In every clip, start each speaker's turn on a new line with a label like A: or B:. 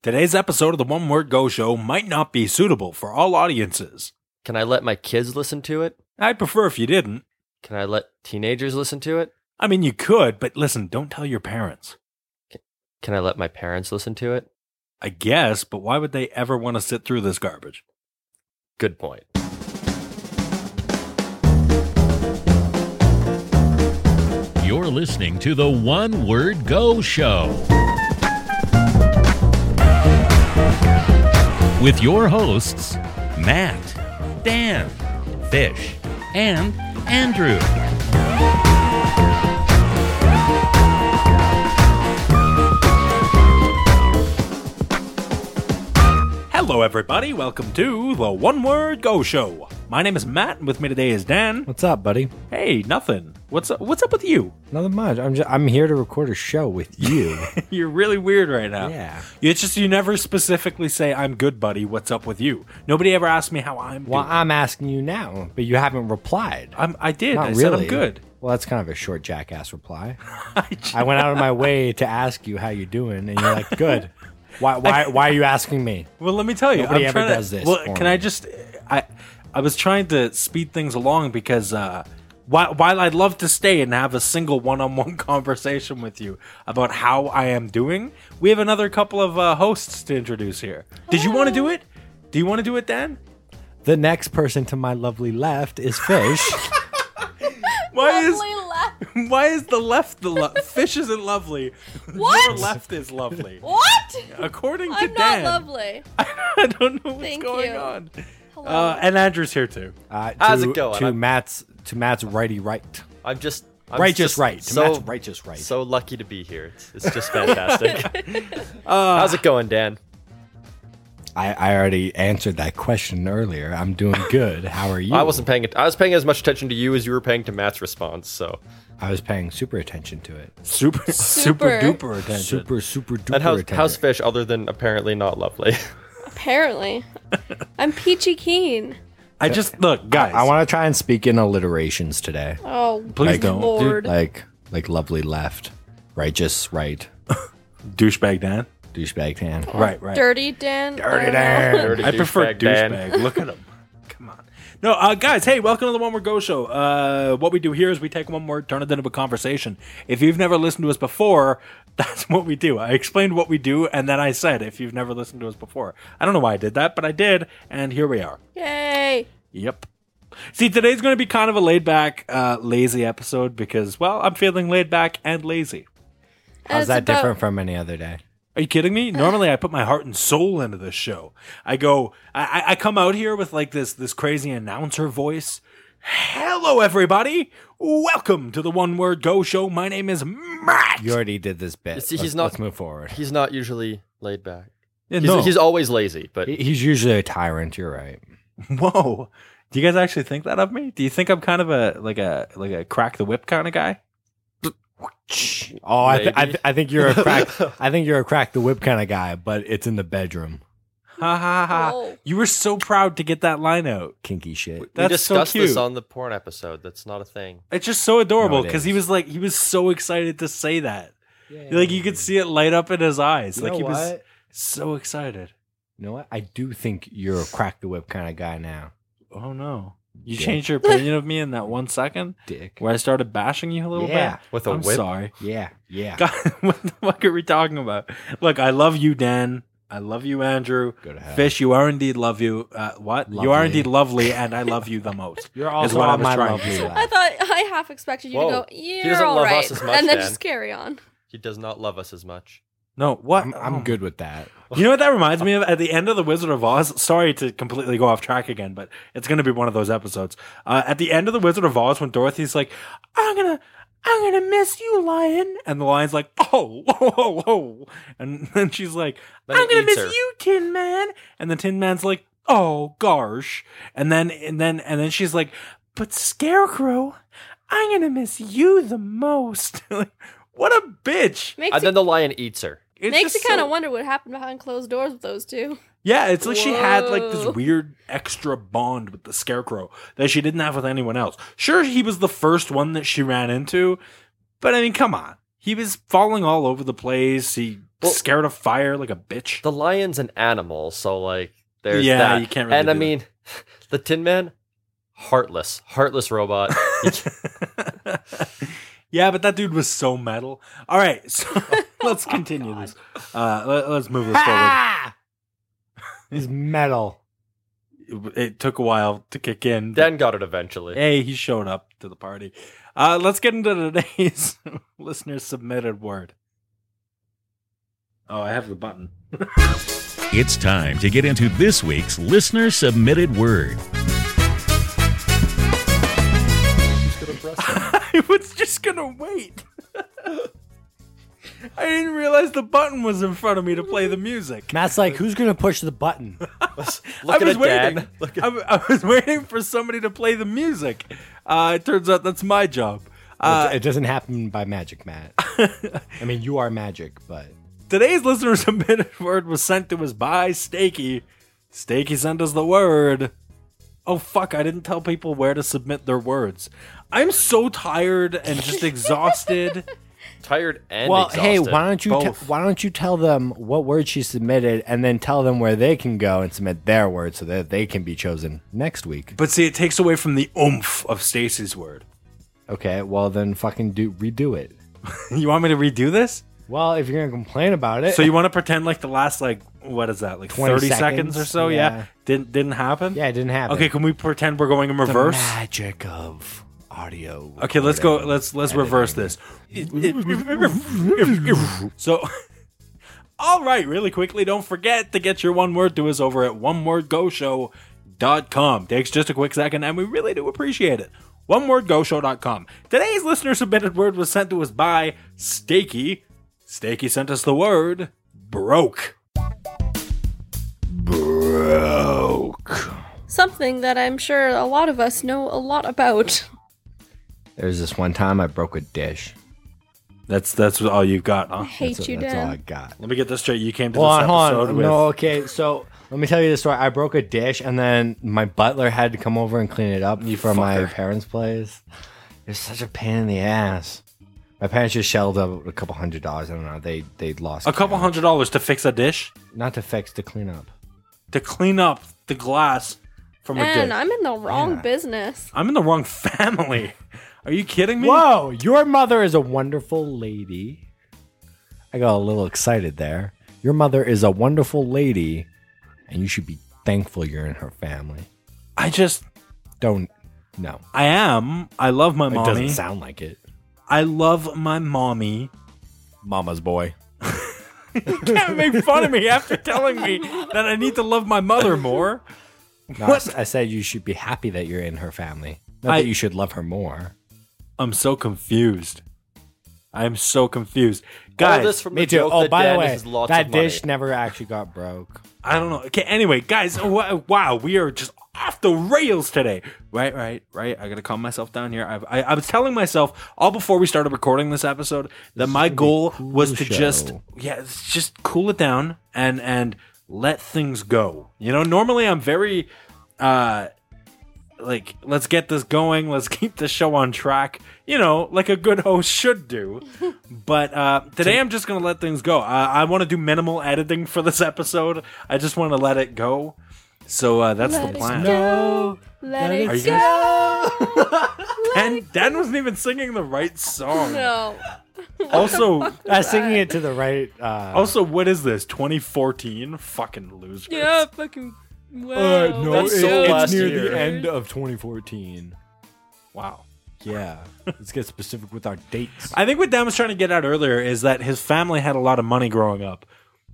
A: Today's episode of the One Word Go Show might not be suitable for all audiences.
B: Can I let my kids listen to it?
A: I'd prefer if you didn't.
B: Can I let teenagers listen to it?
A: I mean, you could, but listen, don't tell your parents.
B: Can I let my parents listen to it?
A: I guess, but why would they ever want to sit through this garbage?
B: Good point.
C: You're listening to the One Word Go Show with your hosts, Matt, Dan, Fish, and Andrew.
A: Hello, everybody. Welcome to the One Word Go Show. My name is Matt, and with me today is Dan.
D: What's up, buddy?
A: Hey, nothing. What's up, what's up with you?
D: Nothing much. I'm just, I'm here to record a show with you.
A: You're really weird right now.
D: yeah.
A: It's just you never specifically say, I'm good, buddy. What's up with you? Nobody ever asked me how I'm
D: Well,
A: doing.
D: I'm asking you now, but you haven't replied.
A: I'm, I did.
D: Not
A: I
D: really.
A: said I'm good.
D: Well, that's kind of a short jackass reply.
A: I just-
D: I went out of my way to ask you how you doing, and you're like, "Good." Why? Why? Why are you asking me?
A: Well, let me tell you,
D: Nobody
A: I'm
D: ever
A: trying to-
D: does this
A: Well,
D: for
A: can I
D: me.
A: just? I I was trying to speed things along because uh, while while I'd love to stay and have a single one-on-one conversation with you about how I am doing, we have another couple of uh, hosts to introduce here. Did you want to do it? Do you want to do it, Dan?
D: The next person to my lovely left is Fish.
A: Why is
E: Lovely laugh.
A: why is the left the lo- fish isn't lovely? Your
E: What?
A: left is lovely.
E: What?
A: According to
E: I'm not
A: Dan,
E: lovely.
A: I don't know what's
E: Thank
A: going
E: you.
A: on.
E: Hello.
A: Uh, and Andrew's here too.
D: Uh, to,
B: How's it going?
D: To
B: I'm-
D: Matt's to Matt's righty right,
B: I'm just I'm
D: righteous
B: just
D: right. To
B: So
D: Matt's righteous right.
B: so lucky to be here. It's, it's just fantastic. How's it going, Dan?
D: I, I already answered that question earlier. I'm doing good. How are you?
B: I wasn't paying it. I was paying as much attention to you as you were paying to Matt's response. So
D: I was paying super attention to it.
A: Super, super
E: Super.
A: duper attention.
D: Super, super duper
B: and how's
D: attention.
B: how's fish other than apparently not lovely?
E: Apparently, I'm peachy keen.
A: I just look, guys.
D: I want to try and speak in alliterations today.
E: Oh,
A: Please
E: good
A: don't.
E: Lord.
D: Like like lovely left, righteous right,
A: douchebag Dan.
D: douchebag tan.
A: Right, right.
E: Dirty Dan. I
D: Dirty
E: don't know.
D: Dan.
B: Dirty
A: I prefer
B: Dan.
A: douchebag. Look at him. Come on. No, uh, guys. Hey, welcome to the One Word Go Show. Uh, what we do here is we take one word, turn it into a conversation. If you've never listened to us before, that's what we do. I explained what we do, and then I said, "If you've never listened to us before," I don't know why I did that, but I did, and here we are.
E: Yay.
A: Yep. See, today's going to be kind of a laid back, uh, lazy episode because, well, I'm feeling laid back and lazy.
E: And
D: How's
E: it's
D: that
E: about-
D: different from any other day?
A: Are you kidding me? Normally, I put my heart and soul into this show. I go, I, I- I come out here with like this this crazy announcer voice. Hello, everybody! Welcome to the One Word Go Show. My name is Matt.
D: You already did this bit.
B: You see,
D: let's,
B: he's not-
D: let's move forward.
B: He's not usually laid back.
A: Yeah,
B: He's, he's always lazy, but
D: He- He's usually a tyrant. You're right.
A: whoa. Do you guys actually think that of me? Do you think I'm kind of a like a like a crack the whip kind of guy?
D: Oh, I, th- I,
B: Maybe.
D: th- I think you're a crack. I think you're a crack the whip kind of guy, but it's in the bedroom.
A: Ha ha ha!
E: Whoa.
A: You were so proud to get that line out.
D: Kinky shit.
B: we
A: That's so
B: discussed this
A: cute.
B: on the porn episode. That's not a thing.
A: It's just so adorable
D: No, it
A: because he
D: is.
A: was like he was so excited to say that. Like you could see it light up in his eyes.
D: You
A: like
D: know
A: he was
D: what?
A: so excited.
D: You know what? I do think you're a crack the whip kind of guy now,
A: Oh no. You
D: Yeah.
A: changed your opinion of me in that one second
D: Dick.
A: where I started bashing you a little
D: Yeah.
A: bit.
B: With a
A: I'm
B: whip?
A: sorry.
D: Yeah, yeah.
A: God, what the fuck are we talking about? Look, I love you, Dan. I love you, Andrew.
D: Go to hell.
A: Fish, you are indeed love you. Uh, what? You are
D: Lovely.
A: indeed lovely, and I love you the most.
D: You're
A: is what I was trying to
D: lovely
A: say.
E: I
D: lad.
E: thought I half expected you
B: Whoa.
E: to go.
B: doesn't
E: You're all
B: love
E: right,
B: us as much,
E: and then
B: Dan.
E: just carry on.
B: He does not love us as much.
A: No, what?
D: I'm, I'm
A: Oh.
D: good with that.
A: You know what that reminds me of? At the end of The Wizard of Oz, sorry to completely go off track again, but it's going to be one of those episodes. Uh, at the end of The Wizard of Oz, when Dorothy's like, I'm going to. I'm gonna miss you, lion. And the lion's like, oh, whoa, whoa, whoa. And then she's like,
B: Then
A: I'm
B: he
A: gonna
B: eats
A: miss
B: her.
A: you, Tin Man. And the Tin Man's like, oh gosh. And then and then and then she's like, but Scarecrow, I'm gonna miss you the most. Like, what a bitch.
E: Makes
B: And
E: you,
B: Uh, then the lion eats her.
A: It's
E: makes you
A: just
E: kind
A: so-
E: of wonder what happened behind closed doors with those two.
A: Yeah, it's like she had like
E: Whoa.
A: this weird extra bond with the scarecrow that she didn't have with anyone else. Sure, he was the first one that she ran into, but I mean, come on. He was falling all over the place. He
B: Well-
A: scared of fire like a bitch.
B: The lion's an animal, so like there's
A: Yeah,
B: that.
A: you can't really
B: And I
A: do that.
B: mean, the Tin Man, heartless, heartless robot.
A: yeah, but that dude was so metal. All right, so let's continue this. Uh, let, us move this forward.
D: Ah! He's metal.
A: It, it took a while to kick in. but
B: Dan got it eventually.
A: hey, he showed up to the party. Uh, let's get into today's listener submitted word. Oh, I have the button.
C: It's time to get into this week's listener submitted word.
A: I was just gonna wait. I didn't realize the button was in front of me to play the music.
D: Matt's like, who's gonna push the button?
B: Look
A: I
B: at
A: was
B: it, Dan.
A: waiting. I, w- I was waiting for somebody to play the music. Uh, it turns out that's my job. Uh,
D: it doesn't happen by magic, Matt. I mean, you are magic, but
A: today's listener submitted word was sent to us by Stakey. Stakey sent us the word. Oh fuck! I didn't tell people where to submit their words. I'm so tired and just exhausted.
B: Tired and
D: well,
B: exhausted.
D: hey, why don't you te-
A: Both.
D: why don't you tell them what word she submitted, and then tell them where they can go and submit their word so that they can be chosen next week.
A: but see, it takes away from the oomph of Stacy's word.
D: Okay, well then, fucking do redo it.
A: You want me to redo this?
D: Well, if you're gonna complain about it,
A: So you want to pretend like the last like what is that like
D: 20
A: thirty seconds,
D: seconds?
A: or so? Yeah.
D: Yeah.
A: didn't didn't happen.
D: yeah, it didn't happen.
A: Okay, can we pretend we're going in
D: the
A: reverse?
D: magic of audio.
A: Okay, let's go.
D: recording.
A: Let's let's reverse this. So, all right, really quickly, don't forget to get your one word to us over at onewordgoshow.com. Takes just a quick second, and we really do appreciate it. Onewordgoshow.com. Today's listener submitted word was sent to us by Stakey. Stakey sent us the word broke.
E: Something that I'm sure a lot of us know a lot about.
D: There's this one time I broke a dish.
A: That's that's all you've got, huh?
E: I hate
D: That's,
E: you,
D: that's all I
E: Dan.
D: got.
A: Let me get this straight. You came to
D: Hold
A: this
D: on,
A: episode
D: hold on.
A: with
D: No, okay. So let me tell you the story. I broke a dish, and then my butler had to come over and clean it up
A: You
D: from my
A: fucker.
D: parents' place. It was such a pain in the ass. My parents just shelled out a couple hundred dollars. I don't know. They they lost
A: a couple
D: count.
A: hundred dollars to fix a dish.
D: not to fix to clean up.
A: to clean up the glass from a
E: Man,
A: dish.
E: I'm in the wrong
D: Yeah.
E: business.
A: I'm in the wrong family. Are you kidding me?
D: Whoa! Your mother is a wonderful lady. I got a little excited there. Your mother is a wonderful lady, and you should be thankful you're in her family.
A: I just,
D: Don't. No,
A: I am. I love my
D: it doesn't
A: mommy.
D: sound like it.
A: I love my mommy.
D: Mama's boy.
A: You can't make fun of me after telling me that I need to love my mother more.
D: No, I
A: What?
D: s- I said you should be happy that you're in her family. Not
A: I-
D: that you should love her more.
A: I'm so confused. I'm so confused,
B: All
A: guys.
B: this from the joke
D: Oh,
B: that Dan is lots
D: that
B: of money.
D: dish never actually got broke.
A: I don't know. Okay, anyway, guys, wh- wow, we are just off the rails today. Right, right, right. I gotta calm myself down here. I've, I, I was telling myself all before we started recording this episode that my goal
D: cool
A: was to
D: show.
A: just, yeah, it's just cool it down and and let things go. You know, normally I'm very, uh, like let's get this going, let's keep the show on track. You know, like a good host should do. But uh, today I'm just gonna let things go. I, I want to do minimal editing for this episode. I just want to let it go. So uh, that's
E: Let
A: the
E: it
A: plan.
E: go. No, Let
D: Let
E: it
A: Are you
E: go.
A: guys- Dan, Dan wasn't even singing the right song.
E: No.
A: Also,
D: I was singing it to the right. Uh,
A: also, what is this? 2014? Fucking loser.
E: Yeah, fucking. Wow.
B: that's so
E: goes.
B: last year.
D: of 2014.
A: Wow.
D: Yeah, let's get specific with our dates.
A: I think what Dan was trying to get at earlier is that his family had a lot of money growing up,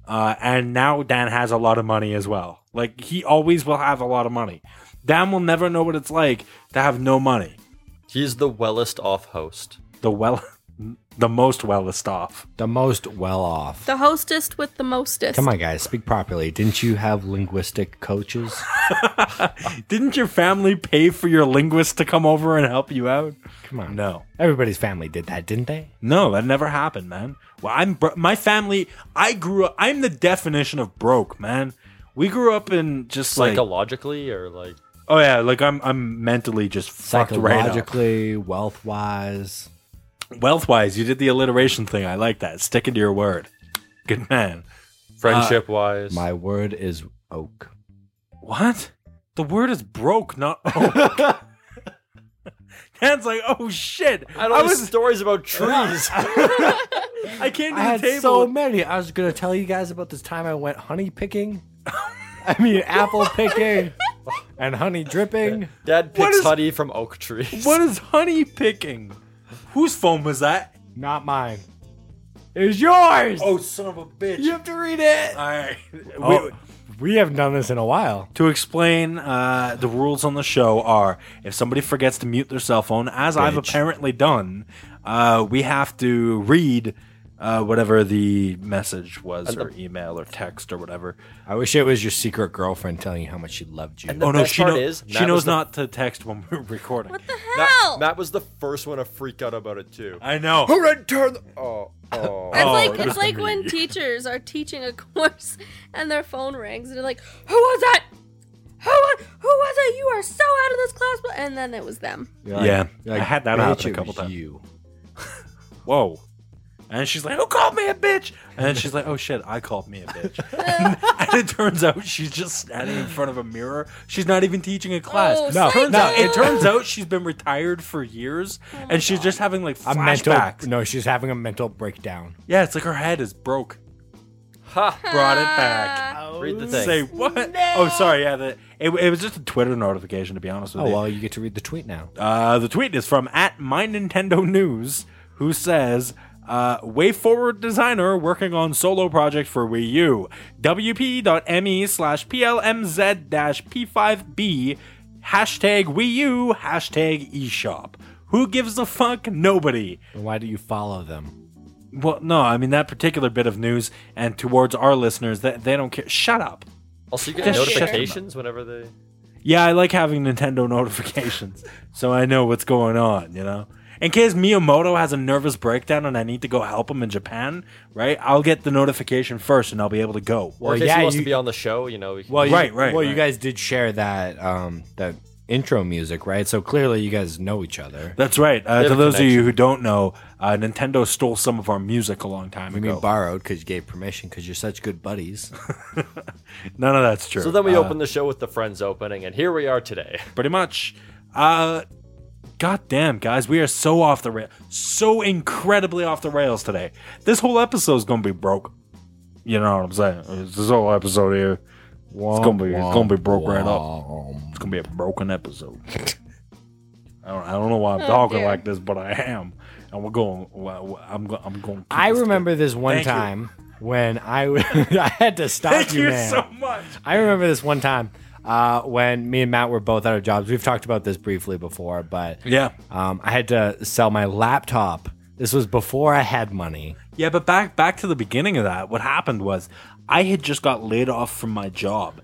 A: uh, and now Dan has a lot of money as well. Like he always will have a lot of money. Dan will never know what it's like to have no money.
B: He's the wellest off host.
A: The well, the most wellest off.
D: The most well off.
E: The hostest with the mostest.
D: Come on, guys, speak properly. Didn't you have linguistic coaches?
A: Didn't your family pay for your linguist to come over and help you out?
D: Come on.
A: No,
D: Everybody's family did that, didn't they?
A: no, that never happened, man. Well, I'm bro- my family. I grew up. I'm the definition of broke, man. We grew up in just like,
B: Psychologically or like
A: oh yeah, like I'm I'm mentally just fucked right up.
D: Psychologically, wealth wise.
A: Wealth wise, you did the alliteration thing. I like that. Sticking to your word. Good man.
B: Friendship wise.
D: My word is oak.
A: What? The word is broke, not oak. Dan's like, oh shit.
B: I don't know stories about trees.
A: I came to
D: I had
A: the table.
D: so many. I was gonna tell you guys about this time I went honey picking. I mean apple picking and honey dripping.
B: Dad
A: What
B: picks
A: is-
B: honey from oak trees.
A: what is honey picking? Whose phone was that?
D: Not mine. It was yours.
A: Oh, son of a bitch.
D: you have to read it.
A: All right.
D: Oh,
A: We-
D: we haven't done this in a while.
A: To explain, uh, the rules on the show are if somebody forgets to mute their cell phone, as I've
D: Bitch.
A: apparently done, uh, we have to read uh, whatever the message was, or email, or text, or whatever.
D: I wish it was your secret girlfriend telling you how much she loved you.
B: And the
A: oh no,
B: best
A: she,
B: part
A: know-
B: is,
A: she
B: Matt was
A: knows
B: the-
A: not to text when we're recording.
E: What the
B: Matt,
E: hell?
B: Matt was the first one to freak out about it too.
A: I know.
B: Who returned? The- oh, oh.
E: it's
A: Oh,
E: like
A: it was
E: it's like
A: me.
E: when teachers are teaching a course and their phone rings and they're like, "Who was that? Who was, who was it? You are so out of this class!" But- And then it was them.
D: You're
A: Yeah,
D: you're
A: I had that
D: "Bitch,
A: happen a
D: it
A: couple
D: was
A: times."
D: You.
A: Whoa. And she's like, "Who called me a bitch?" And then she's like, "Oh shit, I called me a bitch." and, it turns out she's just standing in front of a mirror. She's not even teaching a class.
E: Oh,
D: No,
A: turns out it
E: psycho.
A: turns out she's been retired for years, and she's just having like
D: A mental.
A: flashbacks.
D: No, she's having a mental breakdown.
A: Yeah, it's like her head is broke.
B: ha!
A: Brought it back.
B: Read the thing.
A: Say what? Oh, sorry. Yeah, the, it, it was just a Twitter notification. To be honest with
D: Oh
A: you,
D: well, you get to read the tweet now.
A: Uh, the tweet is from at my Nintendo News, who says, uh, "Way forward designer working on solo project for Wii U. WP.me E slash PLMZ dash P5B hashtag Wii U hashtag eShop. Who gives a fuck? Nobody.
D: And why do you follow them?
A: Well, no, I mean that particular bit of news, and towards our listeners, that they don't care. Shut up."
B: Also, you get
A: Just
E: shut them up.
B: notifications whenever they.
A: Yeah, I like having Nintendo notifications, so I know what's going on. You know, in case Miyamoto has a nervous breakdown and I need to go help him in Japan, right? I'll get the notification first, and I'll be able to go.
B: Or in
D: Well,
B: case
D: yeah,
B: he wants
D: you-
B: to be on the show, you know. We can,
D: Well, you,
A: Right, right,
D: Well, you
A: right.
D: guys did share that um, that intro music, right? So clearly, you guys know each other.
A: That's right. Uh,
B: have
A: to
B: a
A: those of
B: connection.
A: you who don't know, uh, Nintendo stole some of our music a long time
D: I
A: ago.
D: mean, borrowed because you gave permission because you're such good buddies.
A: None of that's true.
B: so then we open the show with the friends opening, and here we are today.
A: pretty much. Uh, God damn, guys, we are so off the rail, so incredibly off the rails today. This whole episode is gonna be broke. You know what I'm saying? It's- This whole episode here, it's gonna be it's gonna be broke right up. It's gonna be a broken episode. I don't, I don't know why I'm
E: Oh,
A: talking
E: dear.
A: like this, but I am, and we're going. well, I'm go- I'm going.
D: I remember this one
A: Thank you.
D: time when I w- I had to stop
A: Thank you
D: man.
A: so much.
D: I remember this one time uh, when me and Matt were both out of jobs. We've talked about this briefly before, but
A: Yeah,
D: um, I had to sell my laptop. This was before I had money.
A: Yeah, but back back to the beginning of that, what happened was I had just got laid off from my job,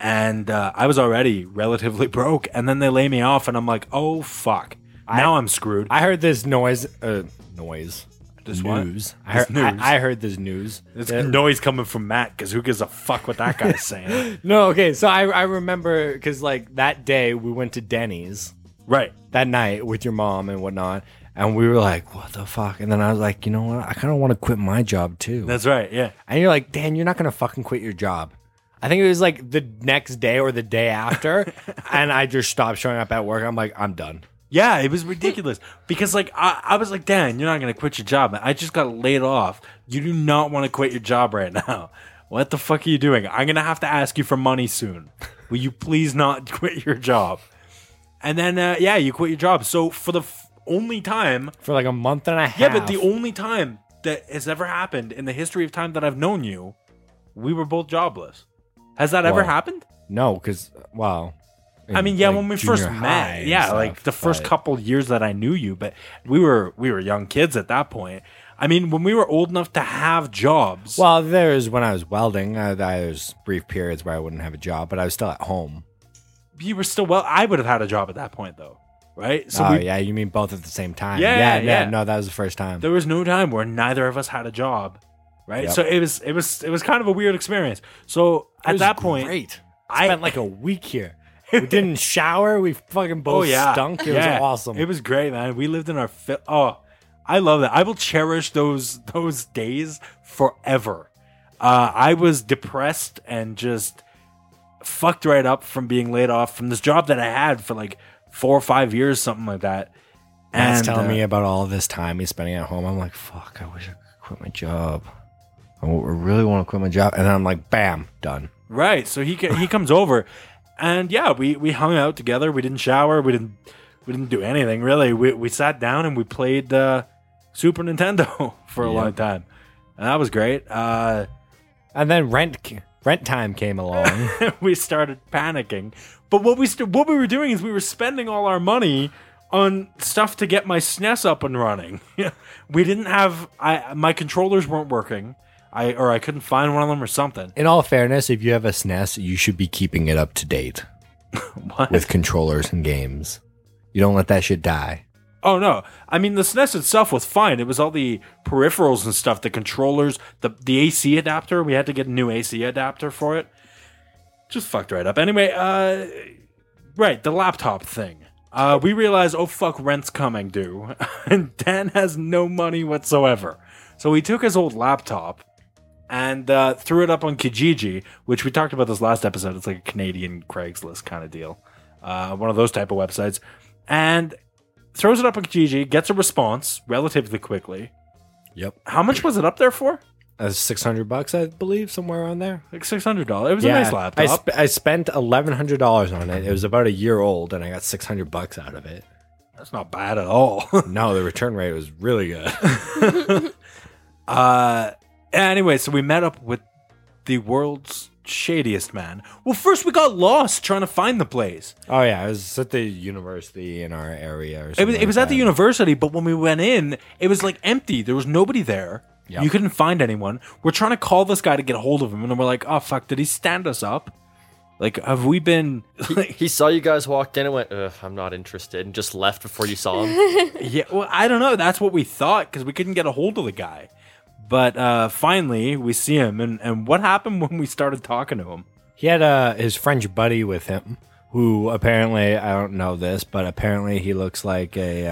A: and uh, I was already relatively broke. And then they lay me off, and I'm like, oh fuck, now I'm screwed.
D: I heard this noise. Uh, noise.
A: This what?
D: news. I
A: This
D: heard, I-
A: news.
D: I, heard this news.
A: it's
D: that-
A: noise coming from Matt because who gives a fuck what that guy's saying?
D: no, okay. So I, I remember because like that day we went to Denny's
A: Right.
D: that night with your mom and whatnot, and we were like, "What the fuck?" And then I was like, "You know what? I kind of want to quit my job too."
A: That's right. Yeah.
D: and you're like, "Dan, you're not gonna fucking quit your job." I think it was like the next day or the day after, and I just stopped showing up at work. I'm like, "I'm done."
A: Yeah, it was ridiculous because like I, I was like, Dan, you're not gonna quit your job. man. I just got laid off. You do not want to quit your job right now. What the fuck are you doing? I'm gonna have to ask you for money soon. Will you please not quit your job? And then uh, yeah, you quit your job. So for the f- only time,
D: For like a month and a half.
A: yeah, but the only time that has ever happened in the history of time that I've known you, we were both jobless. Has that ever
D: Well,
A: happened?
D: no, because wow.
A: I mean, yeah, when we first met, yeah, like the first
D: couple.
A: couple years that I knew you, but we were we were young kids at that point. I mean, when we were old enough to have jobs,
D: Well, there's when I was welding, uh, there's brief periods where I wouldn't have a job, but I was still at home.
A: you were still well. I would have had a job at that point, though, right? So
D: oh,
A: we,
D: yeah, you mean both at the same time?
A: Yeah,
D: yeah,
A: yeah, yeah.
D: No, that was the first time.
A: there was no time where neither of us had a job, right?
D: Yep.
A: So it was it was it was kind of a weird experience. So
D: It
A: at
D: was
A: that point,
D: great.
A: I-
D: spent like a week here. We didn't shower. We fucking both stunk. It
A: Oh, Yeah.
D: was awesome.
A: It was great, man. We lived in our fi- oh, I love that. I will cherish those those days forever. Uh, I was depressed and just fucked right up from being laid off from this job that I had for like four or five years, something like that.
D: Matt's
A: And,
D: telling
A: uh,
D: me about all this time he's spending at home. I'm like, fuck, I wish I could quit my job. I w- really want to quit my job. And then I'm like, bam, done.
A: Right. So he ca- he comes over, and yeah, we we hung out together. We didn't shower. We didn't we didn't do anything really. We we sat down and we played uh, Super Nintendo for a long time, and that was great. Uh,
D: And then rent c- rent time came along.
A: we started panicking, but what we st- what we were doing is we were spending all our money on stuff to get my SNES up and running. we didn't have I my controllers weren't working. I or I couldn't find one of them or something.
D: In all fairness, if you have a SNES, you should be keeping it up to date
A: What?
D: with controllers and games. You don't let that shit die.
A: Oh no! I mean, the SNES itself was fine. It was all the peripherals and stuff, the controllers, the the AC adapter. We had to get a new AC adapter for it. Just fucked right up. Anyway, uh, right, the laptop thing. Uh, we realized, oh fuck, rent's coming due, and Dan has no money whatsoever. So he took his old laptop and uh, threw it up on Kijiji, which we talked about this last episode. It's like a Canadian Craigslist kind of deal, uh, one of those type of websites, and throws it up on Kijiji, gets a response relatively quickly.
D: Yep.
A: How much was it up there for?
D: That's 600 bucks, I believe, somewhere on there.
A: Like six hundred dollars. It was a nice
D: I,
A: laptop.
D: sp- I spent $1,100 on it. It was about a year old, and I got 600 bucks out of it.
A: That's not bad at all.
D: No, the return rate was really good.
A: uh, anyway, so we met up with the world's shadiest man. Well, first we got lost trying to find the place.
D: Oh yeah, it was at the university in our area. Or
A: It
D: something
A: was it was at the university, but when we went in, it was like empty. There was nobody there.
D: Yeah.
A: You couldn't find anyone. We're trying to call this guy to get a hold of him, and we're like, "Oh fuck, did he stand us up? Like, have we been? Like,
B: He saw you guys walked in and went, Ugh, I'm not interested, and just left before you saw him.
A: Yeah, well, I don't know. That's what we thought because we couldn't get a hold of the guy. But uh, finally, we see him, and, and what happened when we started talking to him?
D: He had uh, his French buddy with him, who apparently I don't know this, but apparently he looks like a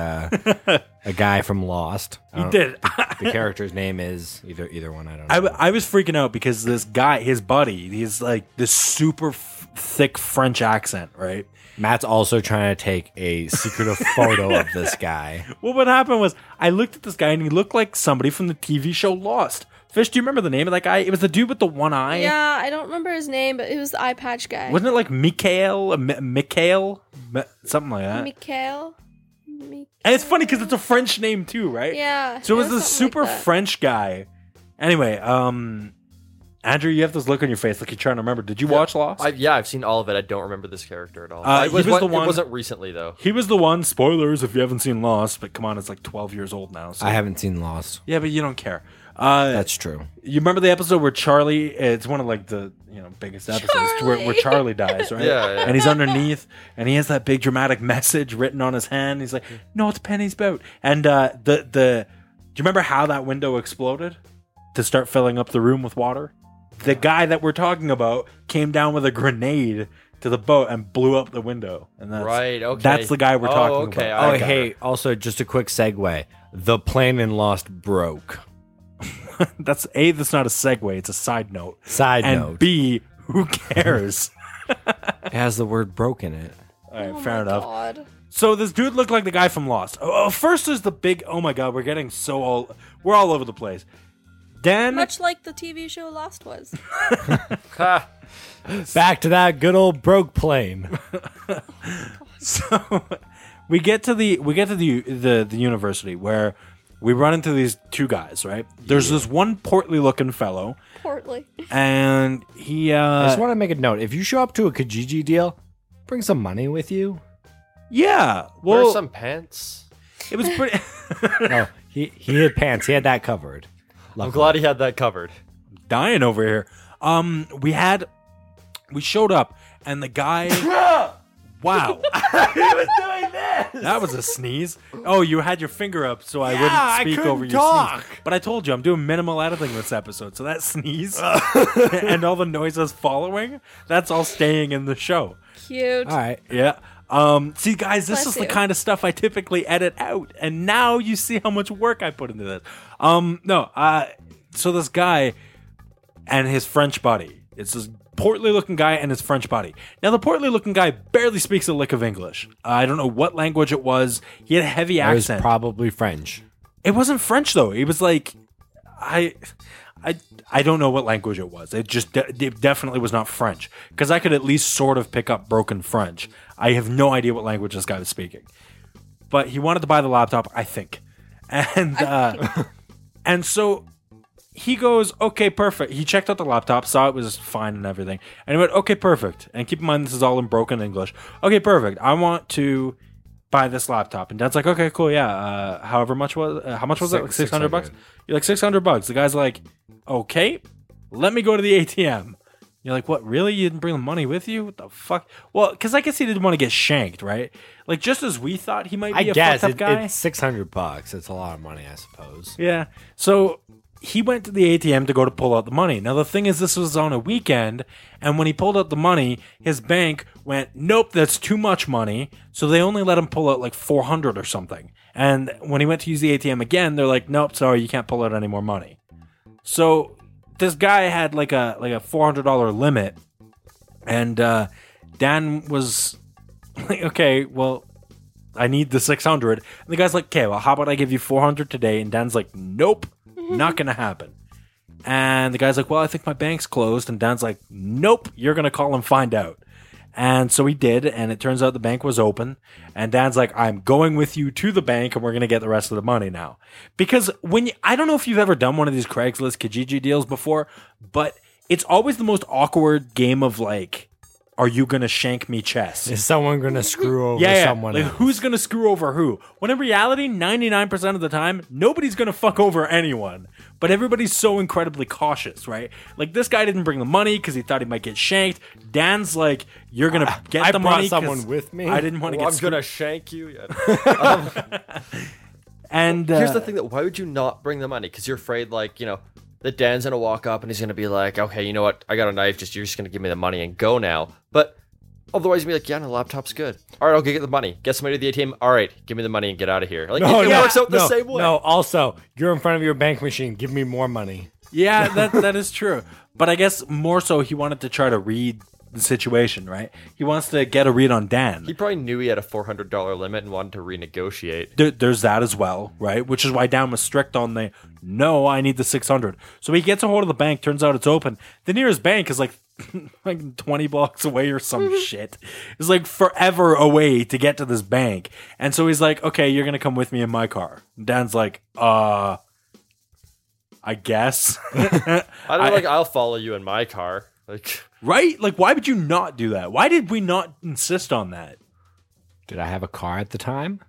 D: uh, a guy from Lost. I
A: He
D: don't-
A: did.
D: The character's name is either either one. I don't know.
A: I, w- I was freaking out because this guy, his buddy, he's like this super f- thick French accent, right?
D: Matt's also trying to take a secretive photo of this guy.
A: Well, what happened was I looked at this guy, and he looked like somebody from the TV show Lost. Fish, do you remember the name of that guy? It was the dude with the one eye.
E: yeah, I don't remember his name, but it was the eye patch guy.
A: Wasn't it like Mikhail, M- Mikhail, M- something like that?
E: Mikhail? Mi-
A: and it's funny because it's a French name too, right?
E: yeah.
A: So it was
E: was
A: this
E: something
A: super
E: like that.
A: French guy. Anyway, um, Andrew, you have this look on your face like you're trying to remember. Did you watch Lost?
B: I, yeah, I've seen all of it. I don't remember this character at all.
A: Uh,
B: I
A: he was
B: one-
A: the one-
B: It wasn't recently though.
A: he was the one. Spoilers if you haven't seen Lost, but come on, it's like 12 years old now. So.
D: I haven't seen Lost.
A: yeah, but you don't care. Uh,
D: That's true.
A: you remember the episode where Charlie? It's one of like the you know biggest episodes where, where Charlie
E: Charlie!
A: dies, right?
B: Yeah, yeah.
A: And he's underneath, and he has that big dramatic message written on his hand. He's like, "No, it's Penny's boat." And uh, the the do you remember how that window exploded to start filling up the room with water? The guy that we're talking about came down with a grenade to the boat and blew up the window. And that's
B: Right, okay.
A: That's the guy we're
B: Oh,
A: talking
B: okay,
A: about.
B: I
D: Oh
B: got
D: hey, also just a quick segue. The plane in Lost broke.
A: that's a. That's not a segue. It's a side note.
D: Side
A: and
D: note,
A: B, who cares?
D: it has the word "broke" in it.
A: All right,
E: Oh
A: fair
E: my
A: enough.
E: God.
A: So this dude looked like the guy from Lost. Oh, oh, first is the big. Oh my god, we're getting so all we're all over the place. Dan,
E: Much like the TV show Lost was.
B: Ha!
D: Back to that good old broke plane.
A: so we get to the we get to the the the university where we run into these two guys. Right? There's this one portly looking fellow,
E: Portly.
A: and he
D: I just
A: uh
D: want to make a note. If you show up to a Kijiji deal, bring some money with you.
A: yeah.
B: Where are
A: Well,
B: some pants?
A: it was pretty.
D: No, he he had pants. He had that covered.
B: I'm
D: Luckily.
B: glad he had that covered.
A: dying over here. Um, we had we showed up and the guy. wow, he was doing this. That was a sneeze. Oh, you had your finger up, so I
D: I
A: wouldn't speak
D: couldn't
A: over your
D: talk.
A: sneeze. But I told you I'm doing minimal editing this episode, so that sneeze and all the noises following, that's all staying in the show.
E: Cute.
D: All right.
A: Yeah. Um, see, guys, this
E: Bless
A: is the
E: you.
A: kind of stuff I typically edit out, and now you see how much work I put into this. Um, no, uh, so this guy, and his French buddy. It's this portly looking guy and his French buddy. Now, the portly looking guy barely speaks a lick of English. I don't know what language it was. He had a heavy
D: It was
A: accent.
D: probably French.
A: It wasn't French though. It was like I I I don't know what language it was. It just de- it definitely was not French because I could at least sort of pick up broken French. I have no idea what language this guy was speaking. But he wanted to buy the laptop, I think. And uh and so he goes, okay, perfect. He checked out the laptop, saw it was fine and everything. And he went, okay, perfect. And keep in mind, this is all in broken English. Okay, perfect. I want to buy this laptop. And dad's like, okay, cool. Yeah. Uh, however much was, uh, how much was it?
D: Six-
A: Like 600 bucks?
D: 600.
A: You're like, 600 bucks. The guy's like, okay, let me go to the ATM. You're like, what? Really? You didn't bring the money with you? What the fuck? Well, because I guess he didn't want to get shanked, right? Like, just as we thought he might be
D: I
A: a
D: guess
A: fucked up
D: it-
A: guy.
D: it's 600 bucks. It's a lot of money, I suppose.
A: Yeah. So he went to the ATM to go to pull out the money. Now the thing is this was on a weekend and when he pulled out the money, his bank went, "Nope, that's too much money." So they only let him pull out like 400 or something. And when he went to use the ATM again, they're like, "Nope, sorry, you can't pull out any more money." So this guy had like a like a $400 limit and uh Dan was like, "Okay, well, I need the 600. And the guy's like, okay, well, how about I give you 400 today? And Dan's like, nope, not going to happen. And the guy's like, well, I think my bank's closed. And Dan's like, nope, you're going to call and find out. And so he did. And it turns out the bank was open. And Dan's like, I'm going with you to the bank and we're going to get the rest of the money now. Because when you, I don't know if you've ever done one of these Craigslist Kijiji deals before, but it's always the most awkward game of like, are you going to shank me chess?
D: Is someone going to screw over
A: yeah, yeah.
D: someone
A: like
D: else?
A: who's gonna screw over who when in reality 99% of the time nobody's gonna fuck over anyone but everybody's so incredibly cautious right like this guy didn't bring the money because he thought he might get shanked dan's like you're gonna get
D: I
A: the
D: brought
A: money 'cause
D: someone with me. Oh,
A: i didn't want to
B: Well,
A: get
B: I'm
A: screwed
B: gonna shank you. Yeah.
A: and uh,
B: Here's the thing, though. Why would you not bring the money? Because you're afraid, like you know, that Dan's gonna walk up and he's gonna be like, "Okay, you know what? I got a knife. Just you're just gonna give me the money and go now." But otherwise, you'd be like, "Yeah, no, laptop's good. All right, I'll go get the money. Get somebody to the ATM. All right, give me the money and get out of here." Like it, it works out the
D: Oh, no,
B: same way.
D: No, also, you're in front of your bank machine. Give me more money.
A: Yeah, that that is true. But I guess more so he wanted to try to read the situation, right? He wants to get a read on Dan.
B: He probably knew he had a four hundred dollar limit and wanted to renegotiate.
A: there, there's that as well, right? Which is why Dan was strict on the no, I need the 600. So he gets a hold of the bank, turns out it's open. The nearest bank is like like 20 blocks away or some shit. It's like forever away to get to this bank. And so he's like, okay, you're going to come with me in my car. And Dan's like, uh, I guess.
B: I don't like. I'll follow you in my car. Like
A: right? Like, why would you not do that? Why did we not insist on that?
D: Did I have a car at the time?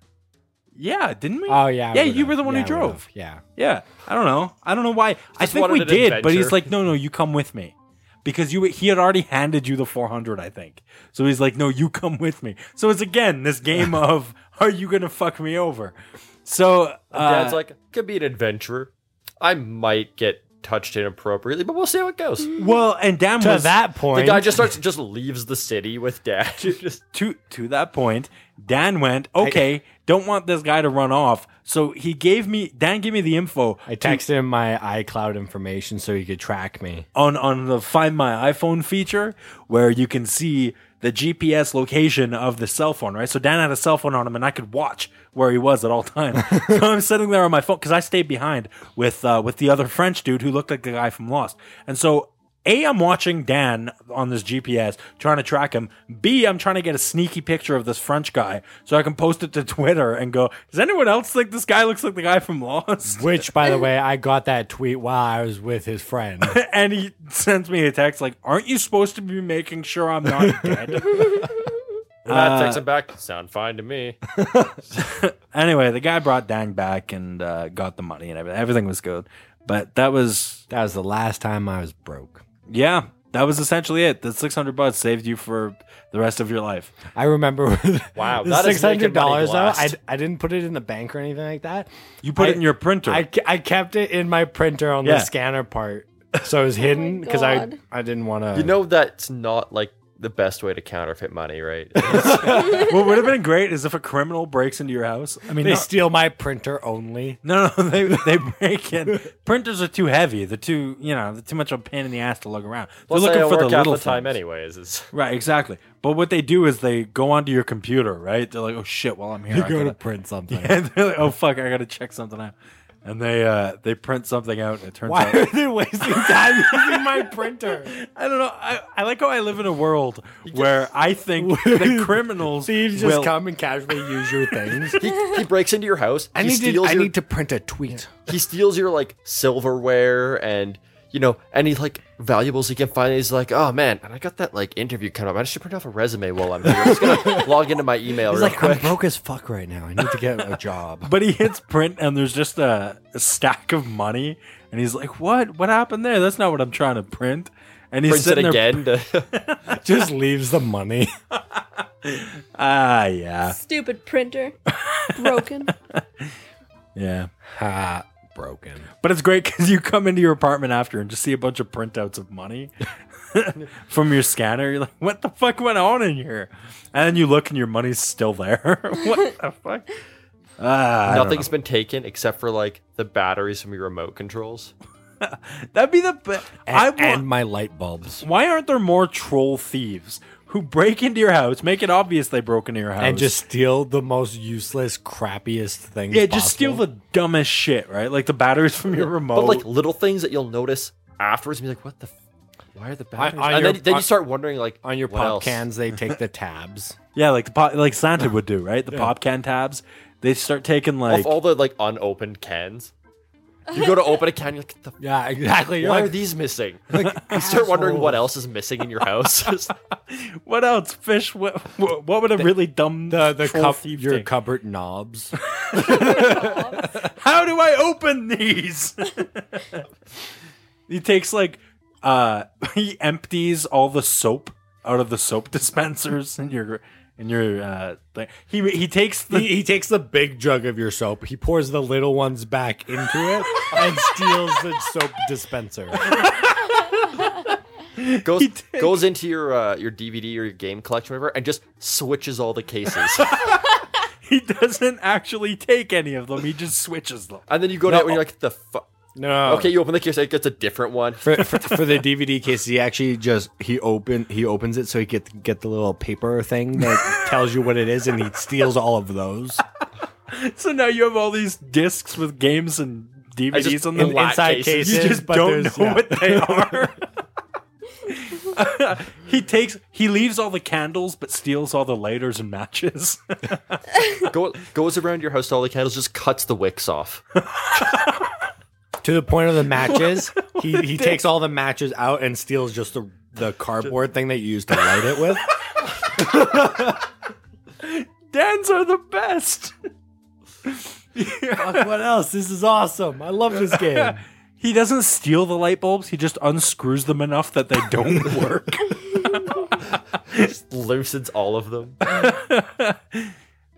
A: Yeah, didn't we?
D: Oh, yeah. I
A: Yeah,
D: would've.
A: you were the one
D: Yeah,
A: who
D: I
A: drove.
D: would've. Yeah.
A: Yeah, I don't know. I don't know why. I think
B: wanted
A: we
B: an
A: did, but he's
B: adventure.
A: like, no, no, you come with me, because you he had already handed you the four hundred, I think. So he's like, no, you come with me. So it's again this game of are you gonna fuck me over? So uh,
B: Dad's like, could be an adventurer. I might get touched inappropriately, but we'll see how it goes.
A: well, and Dan
D: To
A: was
D: that point,
B: The guy just starts just leaves the city with dad. just
A: to to that point, Dan went, okay, don't want this guy to run off. So he gave me Dan gave me the info
D: I texted him my iCloud information so he could track me.
A: on on the Find My iPhone feature where you can see the GPS location of the cell phone, right? So Dan had a cell phone on him, and I could watch where he was at all times. so I'm sitting there on my phone because I stayed behind with uh, with the other French dude who looked like the guy from Lost, and so. A, I'm watching Dan on this GPS, trying to track him. B, I'm trying to get a sneaky picture of this French guy so I can post it to Twitter and go, does anyone else think this guy looks like the guy from Lost?
D: Which, by the way, I got that tweet while I was with his friend.
A: and he sends me a text like, "Aren't you supposed to be making sure I'm not dead?"
B: dad
A: Uh,
B: takes him back. Sound fine to me.
A: anyway, the guy brought Dang back and uh, got the money and everything. Everything was good, but that was
D: That was the last time I was broke.
A: yeah, that was essentially it. The six hundred bucks saved you for the rest of your life.
D: I remember.
B: Wow,
D: the
B: that is
D: six
B: making
D: hundred
B: money
D: dollars though. I,
B: last.
D: I didn't put it in the bank or anything like that.
A: You put
D: I-
A: it in your printer.
D: I, ke- I kept it in my printer on
A: Yeah.
D: the scanner part, so it was hidden because I
E: God.
D: I didn't want to.
B: You know that's not like the best way to counterfeit money, right?
A: what would have been great is if a criminal breaks into your house. I mean,
D: They
A: no,
D: steal my printer only.
A: no, no, they they break in. Printers are too heavy. They're too, you know, they're too much of a pain in the ass to lug around.
B: Plus,
A: they're
B: I
A: looking
B: don't
A: for
B: work
A: the
B: half
A: little
B: the time,
A: things.
B: anyways. It's,
A: Right, exactly. But what they do is they go onto your computer, right? They're like, "Oh shit, while I'm here, I gotta-"
D: print something.
A: and they're like, "Oh fuck, I gotta check something out." And they uh, they print something out, and it turns
D: Why
A: out
D: are they wasting time using my printer?
A: I don't know. I, I like how I live in a world where I think that criminals
D: Thieves just
A: will,
D: come and casually use your things.
B: he, he breaks into your house.
D: I
B: he
D: need, to,
B: steals
D: I
B: your,
D: need to print a tweet.
B: he steals your like silverware and you know any like valuables he can find. He's like, oh man, and I got that like interview coming up. I should print off a resume while I'm here. I'm just gonna log into my email
D: He's
B: real
D: like,
B: quick.
D: I'm broke as fuck right now. I need to get a job.
A: But he hits print, and there's just a, a stack of money, and he's like, "What? What happened there? That's not what I'm trying to print." And he's
B: Prints it
A: sitting there,
B: again. to-
D: just leaves the money.
A: Ah, yeah,
E: Stupid printer. Broken.
A: yeah.
D: Ha, broken.
A: But it's great because you come into your apartment after and just see a bunch of printouts of money from your scanner. You're like, "What the fuck went on in here?" And then you look, and your money's still there. what the fuck? Ah, I don't know.
B: Nothing's been taken except for like the batteries from your remote controls.
A: That'd be the best.
D: And,
A: I want.
D: and my light bulbs.
A: Why aren't there more troll thieves who break into your house, make it obvious they broke into your house,
D: And just steal the most useless, crappiest things.
A: yeah, just steal
D: possible.
A: the dumbest shit, right? Like the batteries from your remote.
B: But like little things that you'll notice afterwards, and be like, "What the? F- why are the batteries?"
D: on
B: and
D: your-
B: then, then
D: on-
B: you start wondering, like,
D: on your
B: what
D: pop
B: else?
D: cans. They take the tabs.
A: yeah, like the pop, like Santa would do, right? The pop can tabs. They start taking like
B: of all the like unopened cans. You go to open a can, you're like, "What the
D: yeah, exactly.
B: f-
D: You're
B: why are
D: like,
B: these missing? you start wondering what else is missing in your house. Just-
A: what else? Fish. What? What what would a really dumb
D: the the
A: troll
D: cup,
A: thief
D: your
A: do?
D: cupboard knobs.
A: How do I open these? he takes like uh he empties all the soap out of the soap dispensers in your in your uh thing. He he takes the
D: he, he takes the big jug of your soap, he pours the little ones back into it, and steals the soap dispenser.
B: goes
A: He takes-
B: goes into your uh, your DVD or your game collection, or whatever, and just switches all the cases.
A: he doesn't actually take any of them. He just switches them.
B: and then you go down and you're like, "The fuck."
D: No.
B: Okay, you open the case, it gets a different one.
D: For, for, for the DVD case, he actually just he open he opens it so he get get the little paper thing that tells you what it is, and he steals all of those.
A: So now you have all these discs with games and DVDs
B: just-
A: on them.
B: in- inside cases,
A: you just don't know what they are. he takes he leaves all the candles but steals all the lighters and matches.
B: Go, goes around your house to all the candles, just cuts the wicks off.
D: To the point of the matches, he, he takes all the matches out and steals just the the cardboard thing that you used to light it with.
A: Dan's are the best.
D: Fuck, what else? This is awesome. I love this game.
A: He doesn't steal the light bulbs, he just unscrews them enough that they don't work.
B: Just loosens all of them.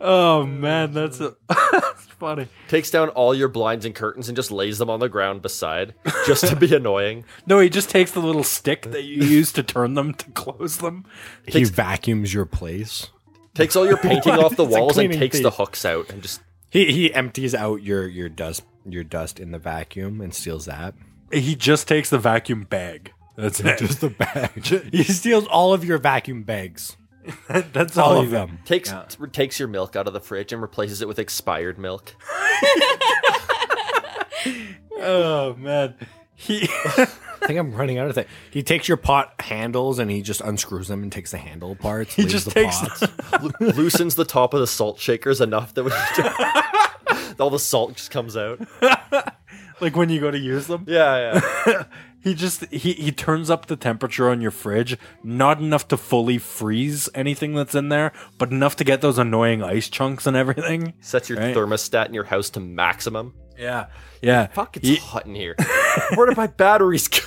A: oh man, that's, a, that's funny.
B: takes down all your blinds and curtains and just lays them on the ground beside just to be annoying.
A: No, he just takes the little stick that you use to turn them to close them.
D: He vacuums your place.
B: Takes all your painting off the
D: It's a
B: walls and
D: cleaning
B: takes the
D: thief.
B: hooks out and just
D: He he empties out your your dust your dust in the vacuum and steals that.
A: He just takes the vacuum bag. That's it.
D: Just the bag. He steals all of your vacuum bags.
A: that's
D: All
A: all
D: of them.
B: takes t- takes your milk out of the fridge and replaces it with expired milk.
A: Oh man. He
D: I think I'm running out of things. He takes your pot handles and he just unscrews them and takes the handle parts.
A: he
D: leaves
A: just
D: the
A: takes
D: pots.
B: Lo- loosens the top of the salt shakers enough that when you do- all the salt just comes out.
A: like when you go to use them.
B: Yeah, yeah.
A: He just he he turns up the temperature on your fridge, not enough to fully freeze anything that's in there, but enough to get those annoying ice chunks and everything.
B: Sets your
A: Right.
B: thermostat in your house to maximum.
A: Yeah. Yeah.
B: Fuck, it's
A: Ye-
B: hot in here. Where did my batteries go?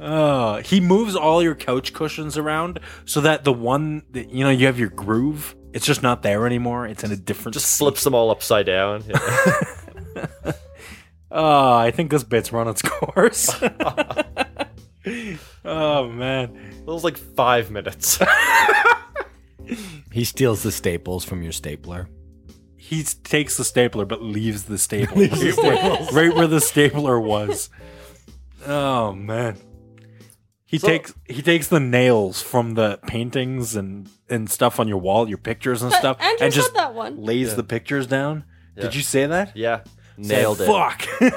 A: Uh, he moves all your couch cushions around so that the one that you know you have your groove, it's just not there anymore. It's in a different
B: Just slips them all upside down. Yeah.
A: Ah, Oh, I think this bit's run its course. Oh man.
B: It was like five minutes.
D: He steals the staples from your stapler.
A: He s- takes the stapler but leaves the staple right, right where the stapler was. Oh man. He
B: So-
A: takes he takes the nails from the paintings and and stuff on your wall, your pictures and
E: But
A: stuff,
E: Andrew
A: and
E: said
A: just
E: that one.
A: lays the pictures down. Did
B: Yeah.
A: you say that?
B: yeah, nailed it.
A: Fuck.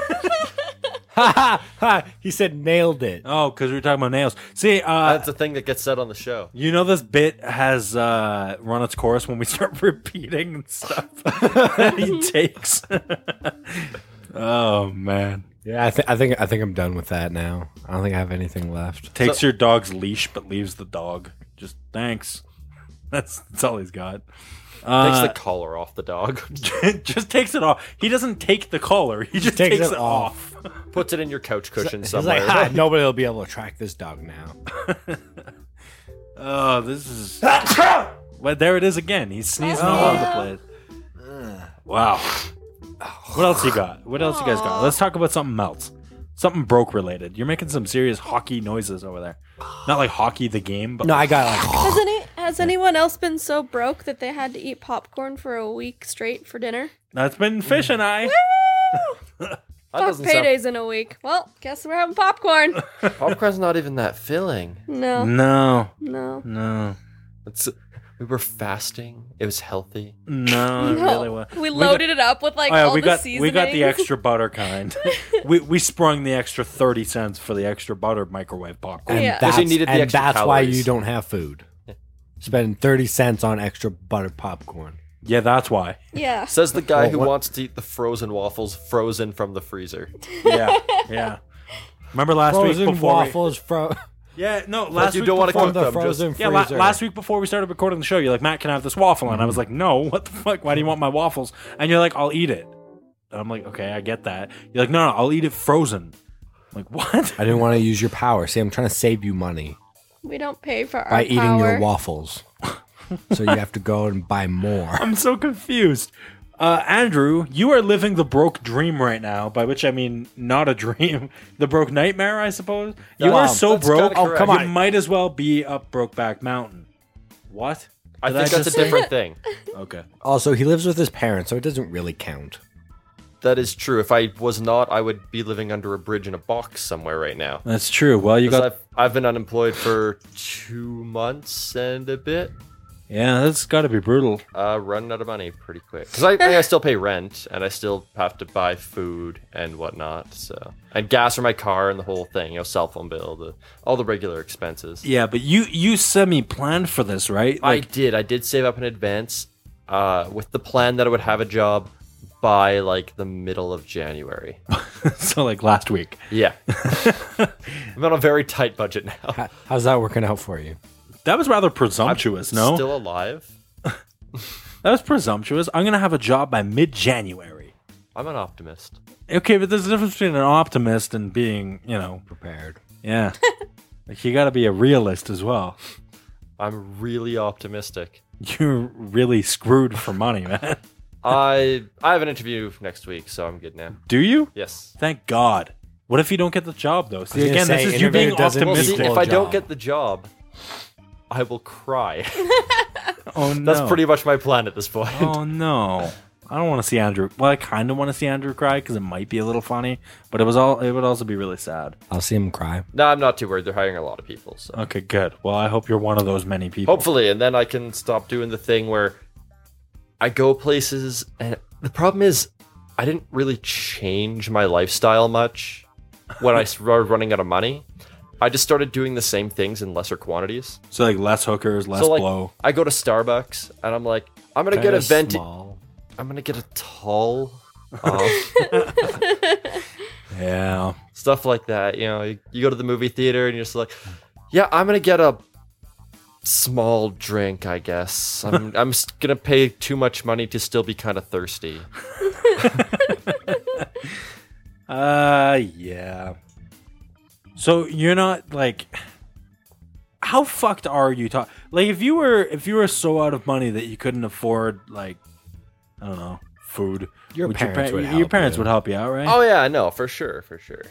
D: Ha ha ha! He said nailed it.
A: oh, because we were talking about nails. See, uh,
B: That's the thing that gets said on the show.
A: You know this bit has uh, run its course when we start repeating and stuff that he takes. oh man,
D: Yeah, I, th- I think I think I'm done with that now. I don't think I have anything left.
A: takes your dog's leash but leaves the dog. Just thanks. That's that's all he's got.
B: Takes
A: Uh,
B: the collar off the dog,
A: just takes it off. He doesn't take the collar. He just takes, it off.
B: puts it in your couch cushion
D: He's
B: somewhere.
D: like, ha, nobody will be able to track this dog now.
A: Oh, this is. Ah. well, there it is again. He's sneezing all over the place. Wow. What else you got? What else you guys got? Let's talk about something else. Something broke related. You're making some serious hockey noises over there. Not like hockey the game, but
D: No, I got like,
E: Has any has anyone else been so broke that they had to eat popcorn for a week straight for dinner?
A: that's been fish and I.
B: that
E: Fuck
B: doesn't sound-
E: paydays in a week. Well, guess we're having popcorn.
B: Popcorn's not even that filling.
A: Mm.
E: No,
A: No,
E: no.
A: no,
B: It's we were fasting. It was healthy.
A: no. It
E: No.
A: really was.
E: we loaded it up with like
A: Oh, yeah,
E: all
A: we
E: the
A: got
E: seasonings.
A: we got the extra butter kind. we we sprung the extra thirty cents for the extra butter microwave popcorn.
D: and
E: Yeah.
D: that's,
B: Because you needed the
D: and
B: extra
D: that's why
B: calories.
D: you don't have food. Spending 30 cents on extra buttered popcorn.
A: Yeah, that's why.
E: Yeah.
B: Says the guy
D: Well,
B: who
D: what-
B: wants to eat the frozen waffles frozen from the freezer.
A: Yeah, yeah. Remember last
D: Frozen
A: week before we-
D: waffles from,
A: yeah, no, last
B: you
A: week
B: don't wanna
A: before-
D: from
B: cook
D: the
B: them, just-
D: frozen
A: yeah, la-
D: freezer.
A: last week before we started recording the show, you're like, Matt, can I have this waffle? And I was like, No, what the fuck? Why do you want my waffles? And you're like, I'll eat it. And I'm like, Okay, I get that. You're like, No, no, I'll eat it frozen. I'm like, what?
D: I didn't want to use your power. See, I'm trying to save you money
E: We don't pay for our
D: by eating
E: power.
D: your waffles. so you have to go and buy more.
A: I'm so confused. Uh, Andrew, you are living the broke dream right now, by which I mean not a dream, the broke nightmare, I suppose. You
D: Wow,
A: are so
B: that's kinda
A: broke.
B: correct.
D: Oh, come
A: You
D: on.
A: might as well be up Brokeback Mountain. What?
B: I
A: Did
B: think that's
A: just-
B: a different thing.
A: Okay.
D: Also, he lives with his parents, so it doesn't really count.
B: That is true. If I was not, I would be living under a bridge in a box somewhere right now.
A: That's true. Well, you
B: 'Cause
A: got
B: I've, I've been unemployed for two months and a bit.
A: yeah. That's got to be brutal.
B: Uh, running out of money pretty quick. Because I, I still pay rent and I still have to buy food and whatnot. So and gas for my car and the whole thing. You know, cell phone bill, the all the regular expenses.
A: Yeah, but you you semi planned for this, right?
B: I did. I did save up in advance uh, with the plan that I would have a job by like the middle of January.
A: so like last week.
B: Yeah. I'm on a very tight budget now.
D: How- How's that working out for you?
A: That was rather presumptuous. no,
B: Still alive.
A: that was presumptuous. I'm gonna have a job by mid January.
B: I'm an optimist.
A: Okay, but there's a difference between an optimist and being, you know,
D: Prepared.
A: yeah. like you got to be a realist as well.
B: I'm really optimistic.
A: You're really screwed for money, man.
B: I I have an interview next week, so I'm good now.
A: Do you?
B: Yes.
A: Thank God. What if you don't get the job though? See
D: was gonna
A: again,
D: say,
A: this is you
D: interview
A: being
D: doesn't
B: Well, see,
A: optimistic.
D: equal
B: if I don't
D: job.
B: get the job, I will cry.
A: oh no,
B: That's pretty much my plan at this point.
A: Oh no. I don't want to see Andrew. Well, I kind of want to see Andrew cry because it might be a little funny, but it was all. It would also be really sad.
D: I'll see him cry.
B: No, I'm not too worried. They're hiring a lot of people, so
A: Okay, good. Well, I hope you're one of those many people.
B: hopefully, and then I can stop doing the thing where I go places, and the problem is I didn't really change my lifestyle much when I started running out of money. I just started doing the same things in lesser quantities.
A: So like less hookers, less
B: so like,
A: blow.
B: I go to Starbucks, and I'm like, I'm gonna get a venti.
D: Small.
B: I'm gonna get a tall. um,
A: Yeah.
B: stuff like that. You know, you, you go to the movie theater and you're just like, yeah, I'm gonna get a small drink, I guess. I'm I'm s- gonna pay too much money to still be kind of thirsty.
A: Uh, yeah. So you're not like. How fucked are you? Talk like if you were if you were so out of money that you couldn't afford like, I don't know, food.
D: Your
A: would
D: parents would
A: your
D: help
A: parents
D: you.
A: would help you out, right?
B: Oh yeah, no, for sure, for sure.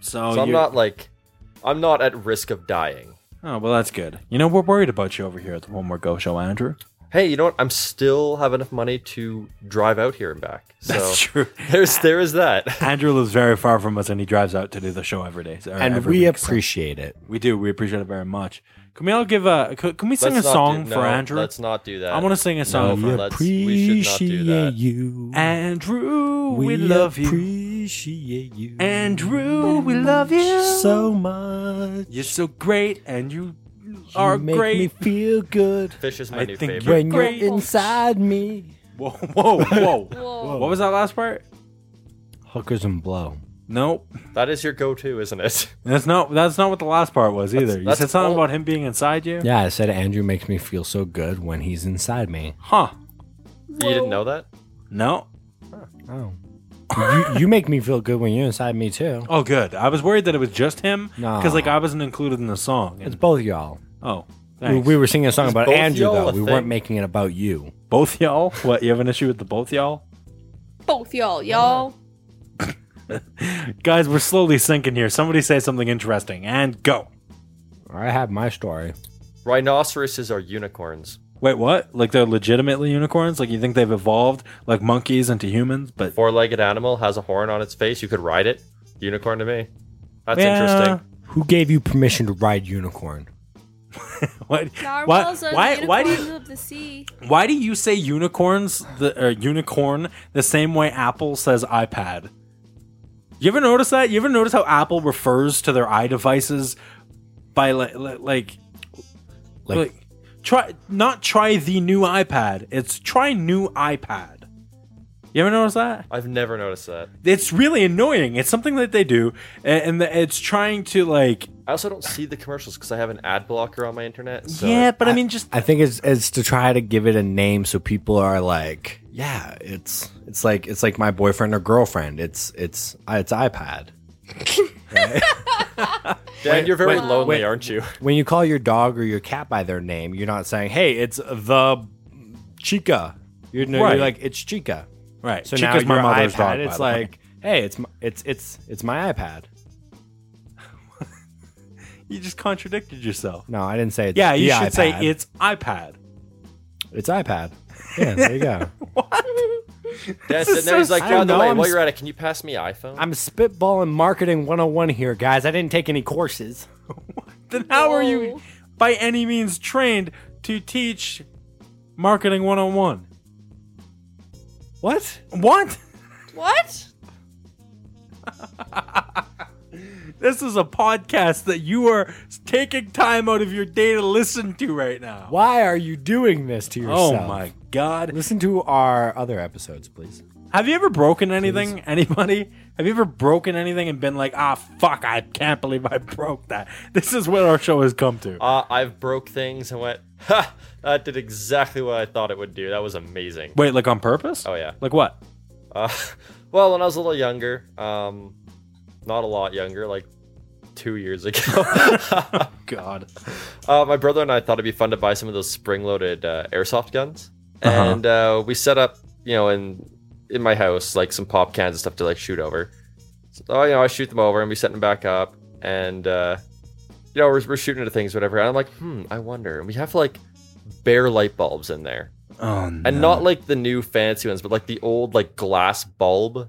A: so
B: Oh, So I'm
A: you're-
B: not like I'm not at risk of dying.
A: Oh, well, that's good. You know, we're worried about you over here at the One More Go Show, Andrew.
B: Hey, you know what? I'm still have enough money to drive out here and back. So
A: That's true.
B: There's there is that.
A: Andrew lives very far from us, and he drives out to do the show every day. so- or
D: and
A: every
D: we
A: week, so-
D: appreciate it.
A: we do. We appreciate it very much. Can we all give a? c- Can we sing
B: Let's
A: a
B: not
A: song
B: do-
A: for
B: no,
A: Andrew?
B: Let's not do that.
A: I want to sing a song.
B: No,
A: for
D: we
B: for- let's- we should not
D: appreciate
B: do that.
D: you.
A: Andrew, we, love you.
D: Appreciate you.
A: Andrew, we love you.
D: so much.
A: You're so great, and you,
D: You
A: are
D: make
A: great.
D: me feel good
B: Fish is my
A: I
B: new
A: think
B: favorite.
A: You're
D: when you're
A: great.
D: inside me.
A: whoa, whoa, whoa,
E: Whoa.
A: What was that last part?
D: Hookers and blow.
A: Nope,
B: That is your go-to, isn't it?
A: that's not. That's not what the last part was either. you
B: that's
A: said something
B: all-
A: about him being inside you.
D: Yeah, I said Andrew makes me feel so good when he's inside me.
A: Huh?
B: You didn't know that?
A: No.
D: Oh. you, you make me feel good when you're inside me too.
A: Oh, good. I was worried that it was just him
D: No.
A: because like I wasn't included in the song.
D: It's
A: And,
D: both y'all.
A: oh,
D: We,
A: thanks.
D: we were singing a song
B: Is
D: about
B: both
D: Andrew
B: y'all
D: though.
B: a
D: We
B: thing?
D: weren't making it about you.
A: both y'all. What? You have an issue with the both y'all?
E: Both y'all, y'all.
A: Guys, we're slowly sinking here. Somebody say something interesting and go.
D: I have my story.
B: Rhinoceroses are unicorns.
A: Wait, what? Like they're legitimately unicorns? Like you think they've evolved like monkeys into humans? But
B: Four-legged animal has a horn on its face. You could ride it. Unicorn to me. That's
A: Yeah.
B: interesting.
D: Who gave you permission to ride unicorn?
A: what? Why?
E: Narwhals are
A: Why?
E: the
A: Why do
E: unicorns
A: you?
E: of the sea.
A: Why do you say unicorns the or unicorn the same way Apple says iPad? You ever notice that? You ever notice how Apple refers to their iDevices by like like
D: Like,
A: like try not try the new iPad. It's try new iPad. You ever notice that?
B: I've never noticed that.
A: It's really annoying. It's something that they do, and, and the, it's trying to like
B: I also don't see the commercials because I have an ad blocker on my internet. So
A: yeah, but I, mean just
D: I think it's it's to try to give it a name so people are like, yeah, it's it's like it's like my boyfriend or girlfriend. It's it's it's iPad.
B: Dan, you're very
D: wait,
B: lonely,
D: wait.
B: aren't you?
D: When you call your dog or your cat by their name, you're not saying, "Hey, it's the Chica." You're, no,
A: Right.
D: you're like, "It's Chica."
A: right.
D: So
A: Chica's
D: now
A: my
D: your
A: mother's
D: iPad,
A: dog. by
D: It's
A: the way.
D: like, "Hey, it's my, it's it's it's my iPad."
A: you just contradicted yourself.
D: No, I didn't say it's.
A: Yeah, you
D: the
A: should
D: iPad.
A: say it's iPad.
D: It's iPad. Yeah, there you go.
B: Dan
A: This
B: sitting
A: is
B: there,
A: so
B: he's like,
D: stupid.
B: by the
D: I know,
B: way,
D: I'm
B: while
D: s-
B: you're at it, can you pass me iPhone?
D: I'm spitballing marketing 101 here, guys. I didn't take any courses.
A: Then how are you
E: Whoa.
A: by any means trained to teach marketing 101?
D: What?
A: What?
E: What?
A: This is a podcast that you are taking time out of your day to listen to right now.
D: Why are you doing this to
A: Oh
D: yourself?
A: my god.
D: Listen to our other episodes, please.
A: Have you ever broken anything? Anybody? Have you ever broken anything and been like, ah, fuck, I can't believe I broke that? This is what our show has come to.
B: uh, I've broke things and went, ha, that did exactly what I thought it would do. That was amazing.
A: Wait, like on purpose?
B: Oh, yeah.
A: Like what?
B: Uh, well, when I was a little younger, um, not a lot younger, like two years ago,
A: God.
B: uh, my brother and I thought it'd be fun to buy some of those spring-loaded uh, airsoft guns, and uh, we set up, you know, in in my house, like some pop cans and stuff to like shoot over. So, oh, you know, I shoot them over, and we set them back up, and uh, you know, we're, we're shooting into things, whatever. And I'm like, hmm, I wonder. And we have like bare light bulbs in there.
A: Oh no.
B: and not like the new fancy ones, but like the old like glass bulb.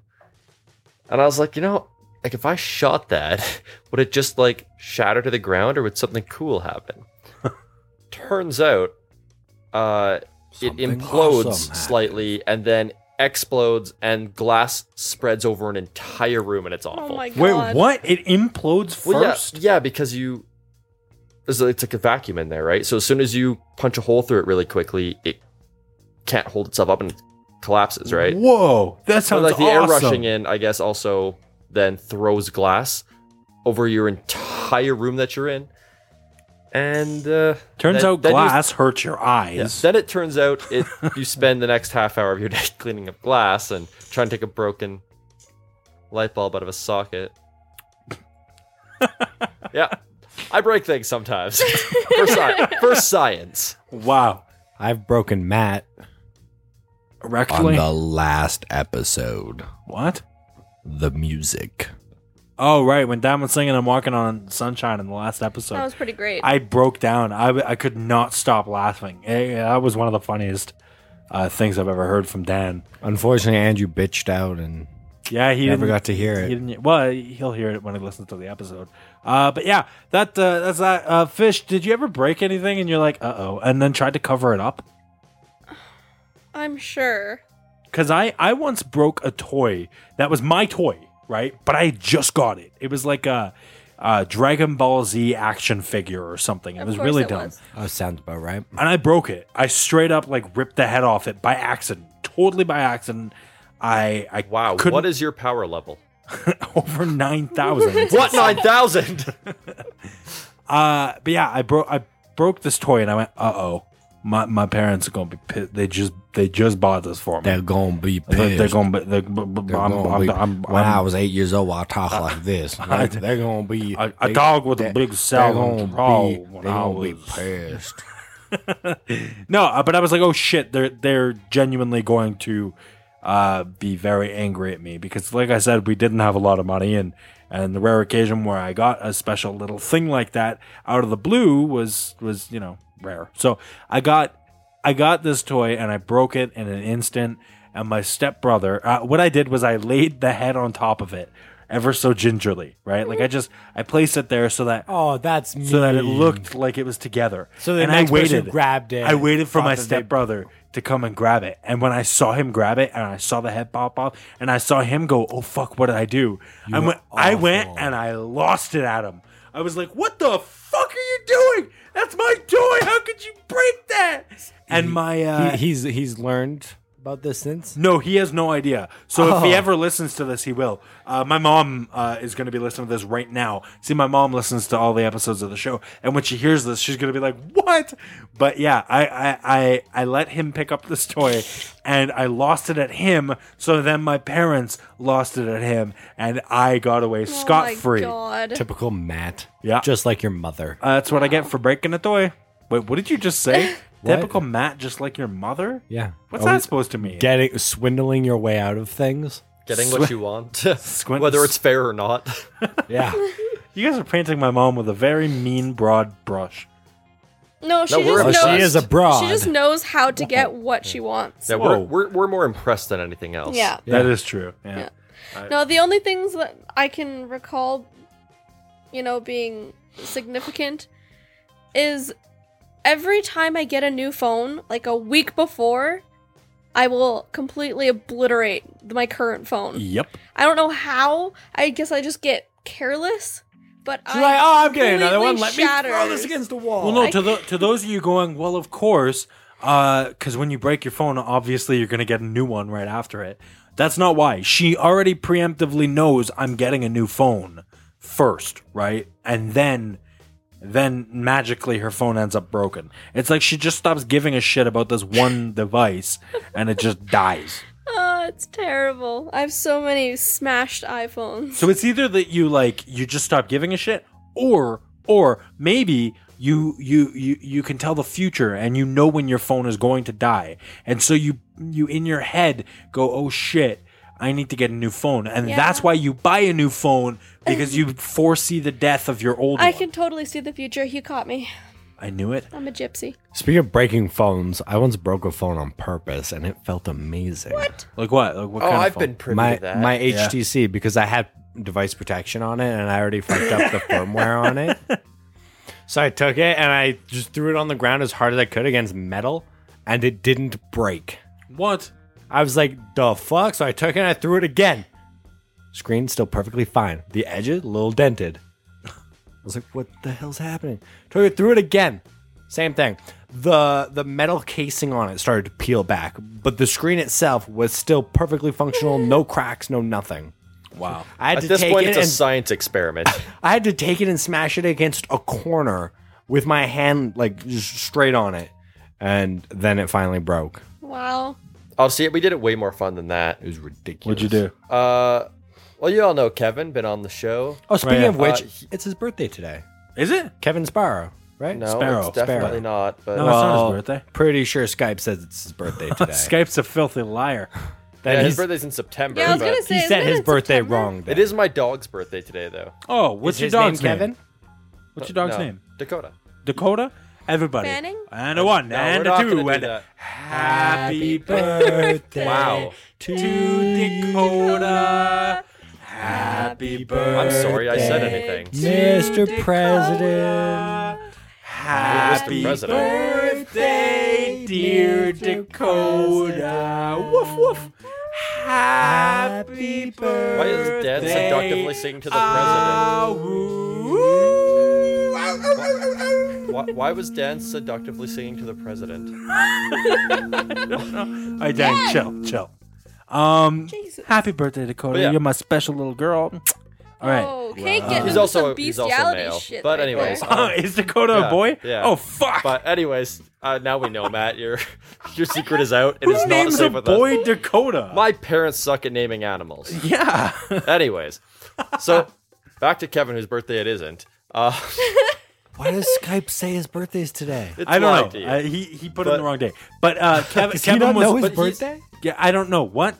B: And I was like, you know, like if I shot that, would it just like shatter to the ground, or would something cool happen? Turns out, uh, it
D: Something
B: implodes
D: awesome
B: slightly and then explodes, and glass spreads over an entire room, and it's
E: Oh
B: awful.
E: my god.
A: Wait, what? It implodes first?
B: Well, yeah, yeah, because you, it's like, it's like a vacuum in there, right? So as soon as you punch a hole through it really quickly, it can't hold itself up and collapses, right?
A: Whoa, that
B: So
A: sounds
B: like the
A: awesome.
B: air rushing in, I guess, also then throws glass over your entire room that you're in, and uh,
A: Turns
B: then-
A: out
B: then you-
A: glass hurts your
B: yeah,
A: eyes.
B: Then it turns out it you spend the next half hour of your day cleaning up glass and trying to take a broken light bulb out of a socket. yeah. I break things sometimes. for, sci- for science.
A: Wow.
D: I've broken Matt on
A: Rectally?
D: the last episode.
A: what?
D: The music.
A: Oh right, when Dan was singing "I'm Walking on Sunshine" in the last episode,
E: That was pretty great.
A: I broke down. I, I could not stop laughing. Eh, that was one of the funniest uh, things I've ever heard from Dan.
D: Unfortunately, Andrew bitched out and
A: Yeah, he
D: never
A: didn't-
D: got to hear
A: He
D: it.
A: didn't, well, he'll hear it when he listens to the episode. Uh, but yeah, that uh, that's that. Uh, Fish, did you ever break anything? And you're like, uh oh, and then tried to cover it up.
E: I'm sure.
A: Because I, I once broke a toy that was my toy, right? But I had just got it. It was like a, a Dragon Ball Z action figure or something. It
E: Of
A: was
E: course
A: really
E: it
A: dumb.
E: was.
D: Oh, sounds about right.
A: And I broke it. I straight up like ripped the head off it by accident, totally by accident. I I
B: Wow,
A: couldn't
B: what is your power level?
A: over nine thousand.
B: What nine thousand?
A: Uh, but yeah, I broke I broke this toy, and I went, uh oh, my my parents are gonna be pissed. They just they just bought this for me.
D: They're gonna be
A: They're-
D: pissed.
A: they're gonna be. They're, b- b-
D: They're
A: I'm,
D: gonna
A: I'm,
D: be-
A: I'm,
D: when i
A: I'm-
D: was eight years old, I talked like this. They're, they're gonna be
A: A- a dog with a
D: they-
A: big
D: they're
A: cell
D: gonna
A: and crawl
D: be-
A: when
D: they're
A: I
D: gonna be
A: was-
D: pissed.
A: no, uh, but I was like, oh shit, they're they're genuinely going to uh, be very angry at me because, like I said, we didn't have a lot of money, and and the rare occasion where I got a special little thing like that out of the blue was was you know rare. So I got I got this toy and I broke it in an instant. And my stepbrother, uh, what I did was I laid the head on top of it, ever so gingerly, right? Like I just I placed it there so that
F: Oh, that's mean.
A: so that it looked like it was together.
F: So the
A: and
F: next
A: I
F: person
A: waited,
F: grabbed it
A: I waited for
F: thought
A: my
F: that they-
A: stepbrother to come and grab it. And when I saw him grab it, and I saw the head pop off, and I saw him go, "Oh fuck, what did I do?" I
D: were
A: went, I went,
D: awful.
A: and I lost it at him. I was like, "What the fuck are you doing? That's my toy! How could you break that?" And my uh,
D: He- he's he's learned about this since.
A: no, he has no idea. So if he ever listens to this, he will. Uh, my mom uh, is going to be listening to this right now. See, my mom listens to all the episodes of the show, and when she hears this, she's going to be like, "What?" But yeah, I, I I I let him pick up this toy, and I lost it at him. So then my parents lost it at him, and I got away
E: oh
A: scot
E: my
A: free. Uh,
E: God.
D: Typical Matt.
A: Yeah.
D: just like your mother.
A: Uh, that's what I get for breaking a toy. Wait, what did you just say? Typical Matt, just like your mother.
D: Yeah.
A: What's
D: Always
A: that supposed to mean?
D: Getting swindling your way out of things.
B: Getting what you want,
A: Squint-
B: whether it's fair or not.
D: Yeah.
A: You guys are painting my mom with a very mean, broad brush.
E: No, she
B: No, we're
E: just knows.
B: impressed. She
D: is a broad.
E: She just knows how to get what she wants.
B: Yeah, we're, we're, we're more impressed than anything else.
E: Yeah.
A: That is true. Yeah.
E: Yeah. No, the only things that I can recall, you know, being significant is every time I get a new phone, like a week before, I will completely obliterate my current phone.
A: Yep.
E: I don't know how. I guess I just get careless, but I
D: like, oh, I'm getting another
E: completely
D: one. Let me throw
E: shatters.
D: this against the wall.
A: Well, no,
E: I
A: to, tho- to those of you going, well, of course, because when you break your phone, obviously you're going to get a new one right after it. That's not why. She already preemptively knows I'm getting a new phone first, right? And then then magically her phone ends up broken. It's like she just stops giving a shit about this one device and it just dies.
E: Oh, it's terrible. I have so many smashed iPhones.
A: So it's either that you like you just stop giving a shit, or or maybe you you you you can tell the future and you know when your phone is going to die, and so you you in your head go, oh shit. I need to get a new phone, and
E: Yeah.
A: that's why you buy a new phone because you foresee the death of your old
E: I
A: one.
E: can totally see the future. You caught me.
A: I knew it.
E: I'm a gypsy.
D: Speaking of breaking phones, I once broke a phone on purpose, and it felt amazing. What?
A: Like what? Like what
B: Oh,
A: kind of
B: I've
A: phone?
B: been privy
D: My
B: to that.
D: my HTC because I had device protection on it, and I already fucked up the firmware on it. So I took it and I just threw it on the ground as hard as I could against metal, and it didn't break.
A: what?
D: I was like, the fuck? So I took it and I threw it again. Screen still perfectly fine. The edges, a little dented. I was like, what the hell's happening? Took it, threw it again. Same thing. The the metal casing on it started to peel back, but the screen itself was still perfectly functional, no cracks, no nothing.
A: Wow.
D: I had
B: At
D: to
B: this
D: take
B: point,
D: it
B: it's a
D: and
B: science experiment.
D: I had to take it and smash it against a corner with my hand like just straight on it. And then it finally broke.
E: Wow.
B: I'll see it. We did it way more fun than that.
D: It was
A: What'd
D: ridiculous.
A: you do?
B: Uh, well, you all know Kevin, been on the show.
D: Oh, speaking
A: yeah.
D: of which,
B: Uh,
D: it's his birthday today.
A: Is it?
D: Kevin Sparrow, right?
B: No,
A: Sparrow,
B: it's definitely
D: Sparrow.
B: not. But
A: No, it's not his birthday.
D: Pretty sure Skype says it's his birthday today.
A: Skype's a filthy liar.
D: Then
B: Yeah, his
D: he's-
B: birthday's in September.
E: Yeah, I was
B: but-
E: gonna say
D: he
E: isn't
D: said
E: it
D: his
E: in
D: birthday
E: September?
D: wrong. Then.
B: It is my dog's birthday today, though.
A: Oh, what's
D: Is
A: your
D: his
A: dog's
D: name
A: name?
D: Kevin?
A: What's your dog's
B: No,
A: name?
B: Dakota.
A: Dakota. Everybody.
E: Fanning?
A: And a one.
B: No,
A: and
B: we're not
A: a two.
B: gonna do
A: And a
B: that.
A: happy
D: birthday.
B: Wow.
A: to Dakota. Happy birthday.
B: I'm sorry I said
E: birthday.
B: anything.
D: Mr.
E: Dakota.
D: President.
A: Happy
B: Mr. President.
A: birthday, dear Dakota. Woof woof. Happy birthday.
B: Why is Dan seductively singing to the president?
A: Ah, woo.
B: Why, why was Dan seductively singing to the president?
A: All right, Dan, chill, chill. Um,
E: Jesus.
A: happy birthday, Dakota.
B: But Oh, yeah.
A: You're my special little girl. All right.
E: Okay, getting
B: He's
E: into
B: also-
E: some
B: he's also
E: bestiality
B: male.
E: shit.
B: But
E: right
B: anyways,
E: there.
A: Oh, is Dakota
B: Yeah,
A: a boy?
B: yeah.
A: Oh fuck.
B: But anyways, uh, now we know, Matt. Your your secret is out. It is
A: Who
B: not
A: names
B: safe
A: a
B: with
A: boy
B: us.
A: Dakota?
B: My parents suck at naming animals.
A: yeah.
B: Anyways, so back to Kevin, whose birthday it isn't. Uh,
D: Why does Skype say his birthday is today?
B: it's
A: I
B: lying
A: don't
B: to
A: know. Uh,
B: you.
A: he he put in
B: But-
A: the wrong day. But uh, Kevin,
D: Does he
A: Kevin
D: not
A: was
D: know his
A: but he's-
D: birthday?
A: Yeah, I don't know what.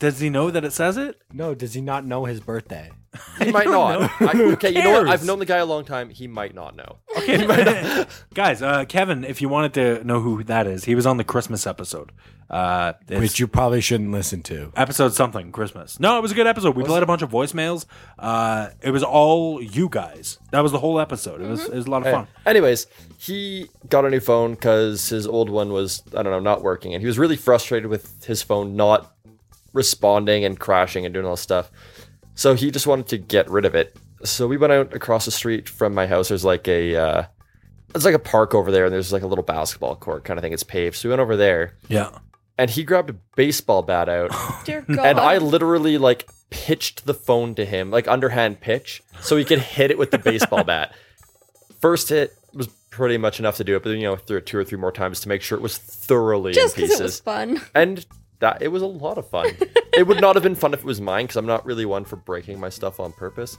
A: Does he know that it says it?
D: No, does he not know his birthday?
B: He might not. I, okay, you know what? I've
A: cares?
B: known the guy a long time. He might not know.
A: Okay, guys. Uh, Kevin, if you wanted to know who that is, he was on the Christmas episode. Uh, it's-
D: Which you probably shouldn't listen to.
A: episode something Christmas. No, it was a good episode. We played a bunch of voicemails. Uh, it was all you guys. That was the whole episode. It was it was a lot of fun.
B: Anyways, he got a new phone because his old one was, I don't know, not working. And he was really frustrated with his phone not responding and crashing and doing all this stuff. So he just wanted to get rid of it. So we went out across the street from my house. There's like a, uh, it's like a park over there, and there's like a little basketball court kind of thing. It's paved. So we went over there,
A: Yeah.
B: and he grabbed a baseball bat out,
E: Dear God.
B: and I literally like pitched the phone to him, like underhand pitch, so he could hit it with the baseball bat. First hit was pretty much enough to do it, but then you know threw it two or three more times to make sure it was thoroughly
E: just
B: in
E: because
B: pieces.
E: it was fun.
B: And that it was a lot of fun. it would not have been fun if it was mine because I'm not really one for breaking my stuff on purpose.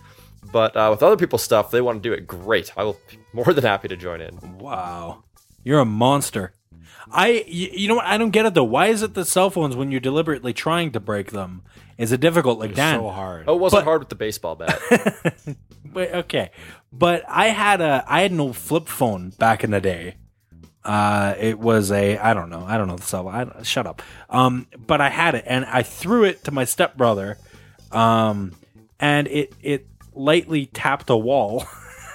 B: But uh, with other people's stuff, they want to do it. Great, I will be more than happy to join in.
A: Wow. You're a monster. I y- you, know what I don't get it though. Why is it that cell phones when you're deliberately trying to break them is it difficult like Dan?
D: So hard.
B: Oh, it wasn't
A: But-
B: hard with the baseball bat.
A: Wait, okay. But I had a I had an old flip phone back in the day. Uh, it was a I don't know I don't know the cell. I, shut up. Um, but I had it and I threw it to my stepbrother. Um, and it it lightly tapped a wall.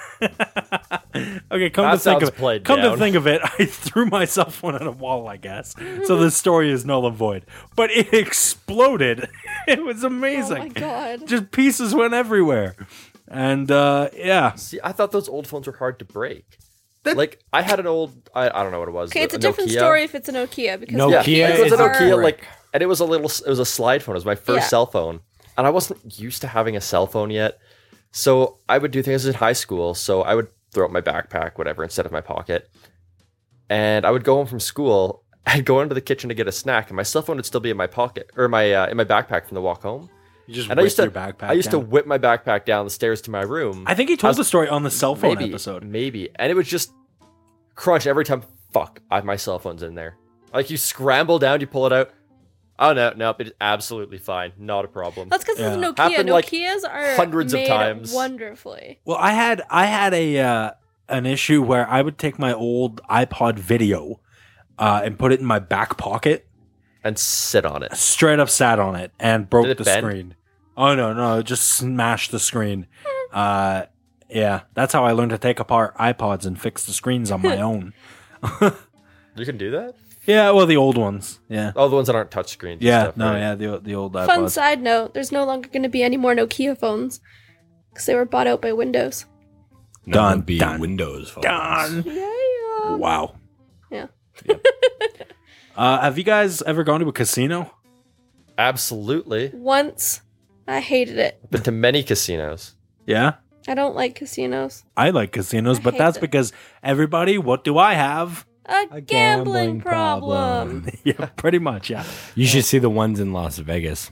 A: okay, come to
B: That
A: think
B: sounds
A: of it,
B: played
A: come to
B: down.
A: think of it, I threw my cell phone at a wall, I guess. so the story is null and void. But it exploded. it was
E: Oh
A: amazing
E: my God.
A: just pieces went everywhere. And uh, yeah,
B: See, I thought those old phones were hard to break. like I had an old, I, I don't know what it was.
E: Okay, it's a different
B: Nokia.
E: story if it's a Nokia because
D: Nokia
B: Yeah,
E: Nokias
B: it was a
D: is
E: are-
B: Nokia, like, and it was a little, it was a slide phone. It was my first
E: Yeah.
B: cell phone, and I wasn't used to having a cell phone yet. So I would do things in high school. So I would throw out my backpack, whatever, instead of my pocket, and I would go home from school and go into the kitchen to get a snack, and my cell phone would still be in my pocket or my uh, in my backpack from the walk home.
A: you just
B: And I used to,
A: your backpack.
B: I used to whip my backpack down the stairs to my room.
A: I think he told the story on the cell phone
B: maybe,
A: episode.
B: Maybe. And it was just crunch every time. Fuck, I my cell phone's in there. Like you scramble down, you pull it out. Oh no, no, it's absolutely fine. Not a problem.
E: That's because it's
A: Yeah.
E: Nokia.
B: Happened, like,
E: Nokias are
B: hundreds of
E: made
B: times.
E: wonderfully.
A: Well, I had I had a uh, an issue where I would take my old iPod video uh, and put it in my back pocket,
B: and sit on it.
A: straight up sat on it and broke
B: Did it
A: the
B: bend?
A: screen. Oh no, no, it just smashed the screen. Uh, yeah, that's how I learned to take apart iPods and fix the screens on my own.
B: You can do that?
A: Yeah, well, the old ones. Yeah,
B: Oh, the ones that aren't touchscreens. and
A: yeah,
B: stuff,
A: no,
B: right?
A: yeah, the the old iPods.
E: Fun side note: There's no longer going to be any more Nokia phones because they were bought out by Windows.
A: Done, done,
D: Windows phone.
A: Done.
E: Yeah.
A: Wow.
E: Yeah.
A: Yep. uh, have you guys ever gone to a casino?
B: Absolutely.
E: Once, I hated it.
B: Been to many casinos.
A: Yeah.
E: I don't like casinos.
A: I like casinos,
E: I
A: but
E: hate
A: that's
E: them.
A: because everybody, what do I have?
E: A,
D: A
E: gambling,
D: gambling
E: problem.
D: problem.
A: yeah, pretty much. Yeah.
D: You should see the ones in Las Vegas.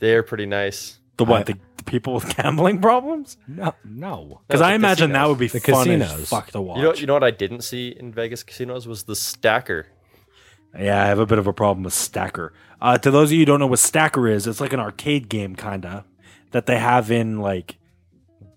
B: They're pretty nice.
A: The what?
D: I-
A: the, the people with gambling problems?
D: No, no.
A: Because
B: No,
A: I
B: the
A: imagine that
B: casinos.
A: would be
D: The
A: fun
D: casinos.
A: as fuck to watch.
B: You know, you know what I didn't see in Vegas casinos was the stacker.
A: Yeah, I have a bit of a problem with Stacker. Uh, to those of you who don't know what Stacker is, it's like an arcade game kinda that they have in like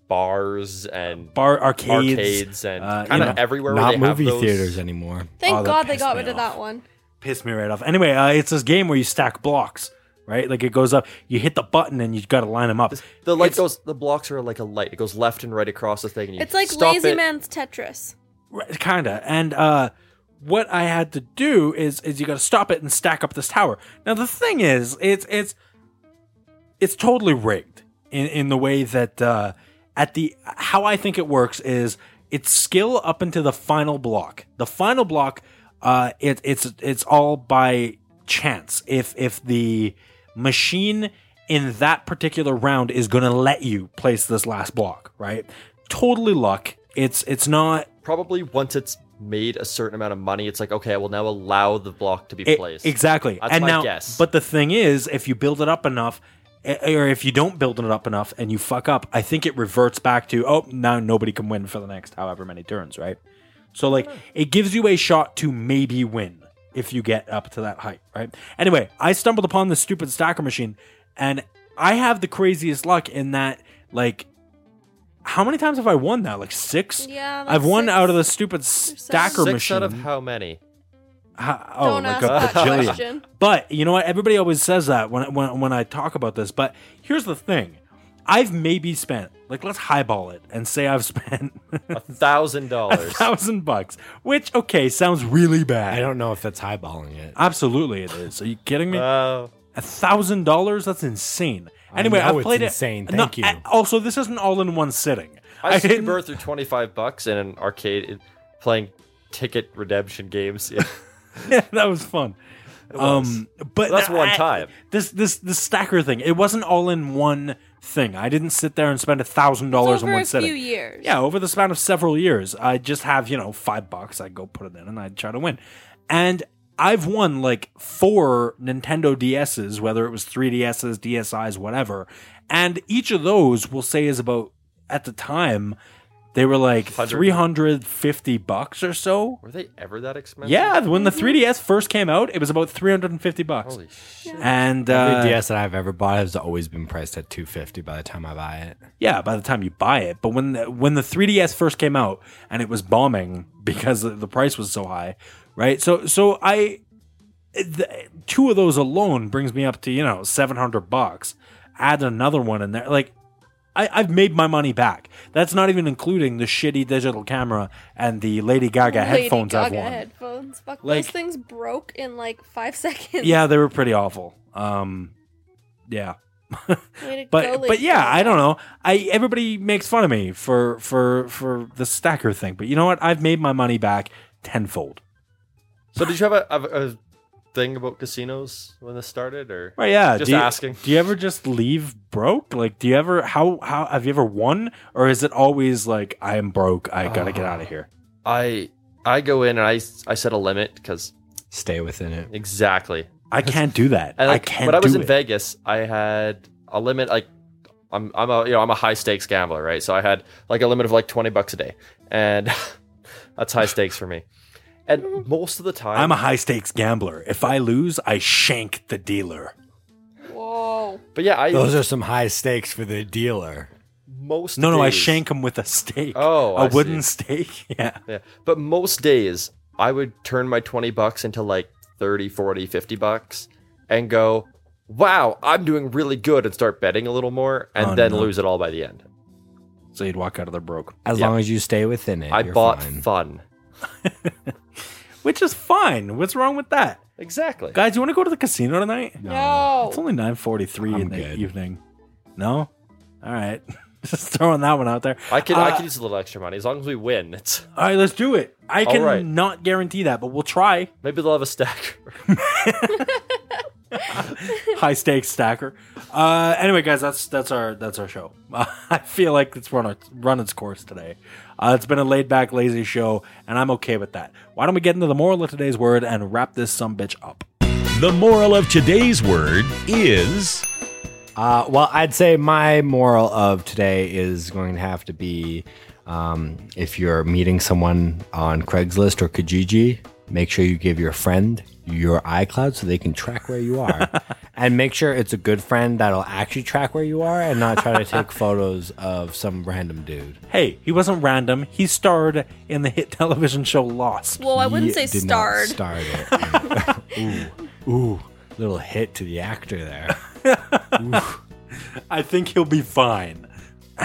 B: Bars and
A: bar arcades.
B: arcades and
A: uh, you
B: kind
A: know,
B: of everywhere where
D: Not
B: they have
D: movie
B: those.
D: theaters anymore.
E: Thank
A: Oh, that
E: God they
A: pissed
E: got
A: me
E: rid of
A: off.
E: that one.
A: Pissed me right off. Anyway, uh, it's this game where you stack blocks, right? Like it goes up, you hit the button and you got to line them up.
B: This- The light
A: It's-
B: goes. The blocks are like a light. It goes left and right across the thing. And you
E: It's like
B: stop
E: Lazy
B: it.
E: Man's Tetris.
A: Right, kinda. And uh, what I had to do is is you got to stop it and stack up this tower. Now the thing is, it's it's it's totally rigged in in the way that uh, at the how I think it works is it's skill up into the final block. The final block, uh, it, it's it's all by chance. If if the machine in that particular round is going to let you place this last block, right? Totally luck. It's it's not
B: Probably once it's made a certain amount of money, it's like okay, I will now allow the block to be
A: It-
B: placed.
A: E, Exactly.
B: That's
A: and
B: my
A: now,
B: guess.
A: but the thing is, if you build it up enough, eh, or if you don't build it up enough and you fuck up, I think it reverts back to oh now nobody can win for the next however many turns, right? So like it gives you a shot to maybe win if you get up to that height, right? Anyway, I stumbled upon this stupid stacker machine, and I have the craziest luck in that like. How many times have I won now? Like six.
E: Yeah, like
A: I've won
E: six.
A: out of the stupid stacker
B: Six
A: machine.
B: out of how many?
A: Ha- oh,
E: Don't
A: like
E: ask that
A: a bajillion.
E: question.
A: But you know what? Everybody always says that when when when I talk about this. But here's the thing: I've maybe spent like let's highball it and say I've spent
B: A thousand
A: a
B: dollars.
A: thousand bucks, which okay sounds really bad.
D: I don't know if that's highballing it.
A: Absolutely, it is. Are you kidding me?
B: Wow.
A: A thousand dollars? That's insane.
D: Uh, I
A: Anyway,
D: know
A: have
D: it's
A: played
D: insane.
A: it. no,
D: Thank you.
A: I- also, this isn't all in one sitting.
B: I just
A: didn't-
B: remember through twenty five bucks in an arcade in- playing ticket redemption games. Yeah.
A: yeah, that was fun. Um, but
B: That's one
A: I-
B: time.
A: This this this stacker thing. It wasn't all in one thing. I didn't sit there and spend a thousand dollars
E: It's
A: in
E: over
A: one
E: a
A: sitting.
E: few years.
A: Yeah, over the span of several years, I just have, you know, five bucks. I go put it in and I try to win. And I've won like four Nintendo DSs, whether it was 3DSs, DSIs, whatever. And each of those we'll say is about, at the time, they were like
B: 100.
A: 350 bucks or so.
B: Were they ever that expensive?
A: Yeah, when the 3DS first came out, it was about 350 bucks.
B: Holy shit.
A: and uh,
D: Every DS that I've ever bought has always been priced at 250 by the time I buy it.
A: yeah, by the time you buy it. But when the, when the 3DS first came out and it was bombing because the- the price was so high, right? So so I the, two of those alone brings me up to you know 700 bucks. Add another one in there, like. I, I've made my money back. That's not even including the shitty digital camera and the Lady Gaga
E: Lady
A: headphones I've
E: Gaga
A: won.
E: headphones. Fuck,
A: Like-
E: those things broke in like five seconds.
A: Yeah, they were pretty awful. Um, yeah.
E: Way to go,
A: but
E: Lady
A: but yeah, I
E: Gaga.
A: don't know. I everybody makes fun of me for for for the stacker thing, but you know what? I've made my money back tenfold.
B: So did you have a, have a thing about casinos when this started, or
A: Right? Yeah.
B: Just
A: do you,
B: asking.
A: Do you ever just leave broke? Like, do you ever how how have you ever won, or is it always like I am broke? I gotta get out of here.
B: I I go in and I I set a limit because
D: Stay within it.
B: exactly.
A: I can't do that.
B: And
A: I
B: like,
A: can't.
B: When I was
A: do
B: in
A: it.
B: Vegas, I had a limit like. I'm, I'm a you know I'm a high stakes gambler right so I had like a limit of like 20 bucks a day and that's high stakes for me and most of the time
A: I'm a high stakes gambler. If I lose, I shank the dealer.
E: Whoa.
B: but yeah I
D: Those are some high stakes for the dealer.
B: most
A: No, no, I
B: days-
A: shank him with a stake.
B: Oh,
A: a
B: I see.
A: wooden stake. Yeah.
B: Yeah. But most days, I would turn my 20 bucks into like 30, 40, 50 bucks and go, wow, I'm doing really good and start betting a little more and
A: Oh,
B: then
A: no.
B: lose it all by the end.
A: So you'd walk out of there broke.
D: As
B: Yeah.
D: long as you stay within it,
B: I
D: you're
B: bought
D: fine.
B: fun.
A: which is fine. What's wrong with that,
B: Exactly.
A: guys? You want to go to the casino tonight?
E: No.
A: It's only nine forty-three in
D: Oh. I'm
A: the
D: good.
A: evening. No, all right. Just throwing that one out there.
B: I could I
A: Uh,
B: could use a little extra money as long as we win. It's
A: All right, let's do it. I
B: All
A: can
B: right.
A: not guarantee that, but we'll try.
B: maybe they'll have a stack.
A: High stakes stacker. Uh, anyway, guys, that's that's our that's our show. Uh, I feel like it's run its run its course today. Uh, it's been a laid back, lazy show, and I'm okay with that. Why don't we get into the moral of today's word and wrap this some bitch up?
C: The moral of today's word is
D: Uh, well, I'd say my moral of today is going to have to be um, if you're meeting someone on Craigslist or Kijiji, make sure you give your friend your iCloud so they can track where you are and make sure it's a good friend that'll actually track where you are and not try to take photos of some random dude.
A: Hey, he wasn't random. He starred in the hit television show Lost.
E: Well, I wouldn't
D: Ye-
E: say
D: did not
E: starred.
D: Starred it. ooh, ooh, little hit to the actor there.
A: I think he'll be fine.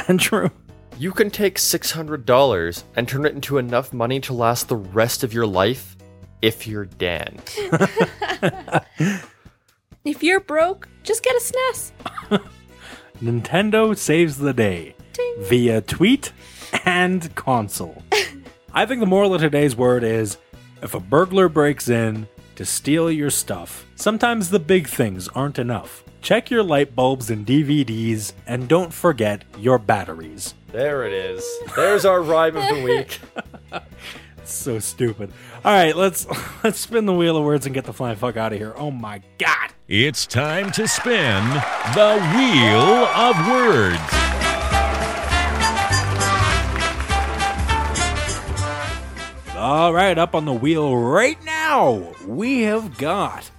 A: Andrew.
B: You can take $600 and turn it into enough money to last the rest of your life if you're Dan.
E: If you're broke, just get a E SNES.
A: Nintendo saves the day via tweet and console. I think the moral of today's word is if a burglar breaks in to steal your stuff, sometimes the big things aren't enough. Check your light bulbs and DVDs, and don't forget your batteries.
B: There it is. There's our rhyme of the week.
A: So stupid. All right, let's let's spin the wheel of words and get the flying fuck out of here. Oh my god.
C: It's time to spin the Wheel of Words.
A: All right, up on the wheel right now, we have got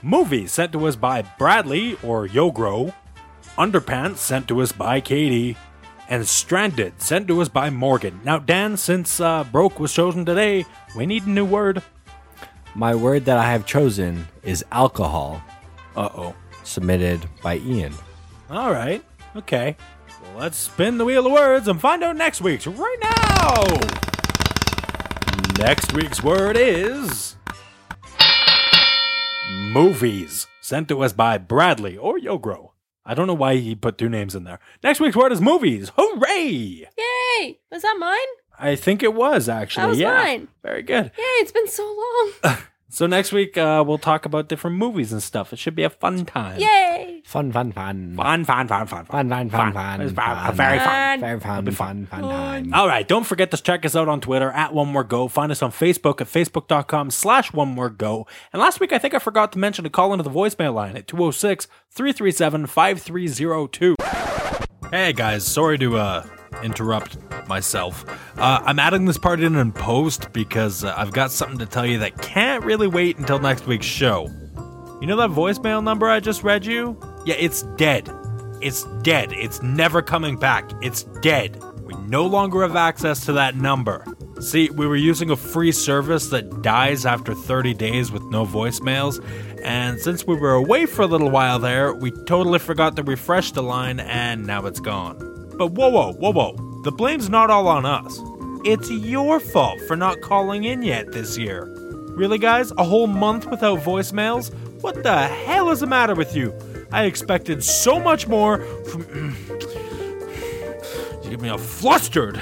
A: movies sent to us by Bradley or Yogro, Underpants sent to us by Katie, and Stranded sent to us by Morgan. Now, Dan, since uh, Broke was chosen today, we need a new word.
D: My word that I have chosen is alcohol,
A: Uh oh.
D: submitted by Ian.
A: All right, okay. Well, let's spin the wheel of words and find out next week's right now. Next week's word is movies, sent to us by Bradley or Yogro. I don't know why he put two names in there. Next week's word is movies. Hooray!
E: Yay! Was that mine?
A: I think it was actually.
E: That was
A: yeah.
E: mine.
A: Very good.
E: Yay, it's been so long.
A: So next week uh, we'll talk about different movies and stuff. It should be a fun time.
E: Yay!
D: Fun, fun, fun.
A: Fun, fun, fun, fun, fun.
D: Fun, fun, fun, fun.
A: It's fun. Very fun.
E: Fun.
D: Very fun, fun, fun, fun.
A: All right, don't forget to check us out on Twitter at One More Go. Find us on Facebook at facebook.com slash One More Go. And last week, I think I forgot to mention to call into the voicemail line at 206 337 5302. Hey guys, sorry to uh, interrupt myself. Uh, I'm adding this part in in post because uh, I've got something to tell you that can't really wait until next week's show. You know that voicemail number I just read you? Yeah, it's dead. It's dead. It's never coming back. It's dead. We no longer have access to that number. See, we were using a free service that dies after 30 days with no voicemails, and since we were away for a little while there, we totally forgot to refresh the line and now it's gone. But whoa, whoa, whoa, whoa. The blame's not all on us. It's your fault for not calling in yet this year. Really, guys? A whole month without voicemails? What the hell is the matter with you? I expected so much more from. you get me all flustered.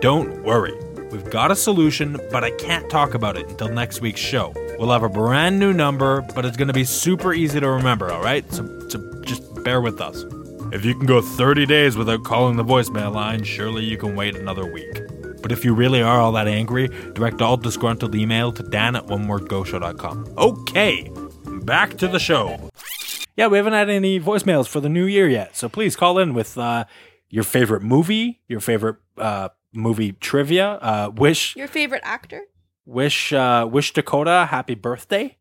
A: Don't worry. We've got a solution, but I can't talk about it until next week's show. We'll have a brand new number, but it's going to be super easy to remember, all right? So, so just bear with us. If you can go 30 days without calling the voicemail line, surely you can wait another week. But if you really are all that angry, direct all disgruntled email to dan at onewordgoshow.com. Okay, back to the show. Yeah, we haven't had any voicemails for the new year yet, so please call in with uh, your favorite movie, your favorite uh, movie trivia, uh, wish,
E: Your favorite actor?
A: wish, uh, wish Dakota happy birthday,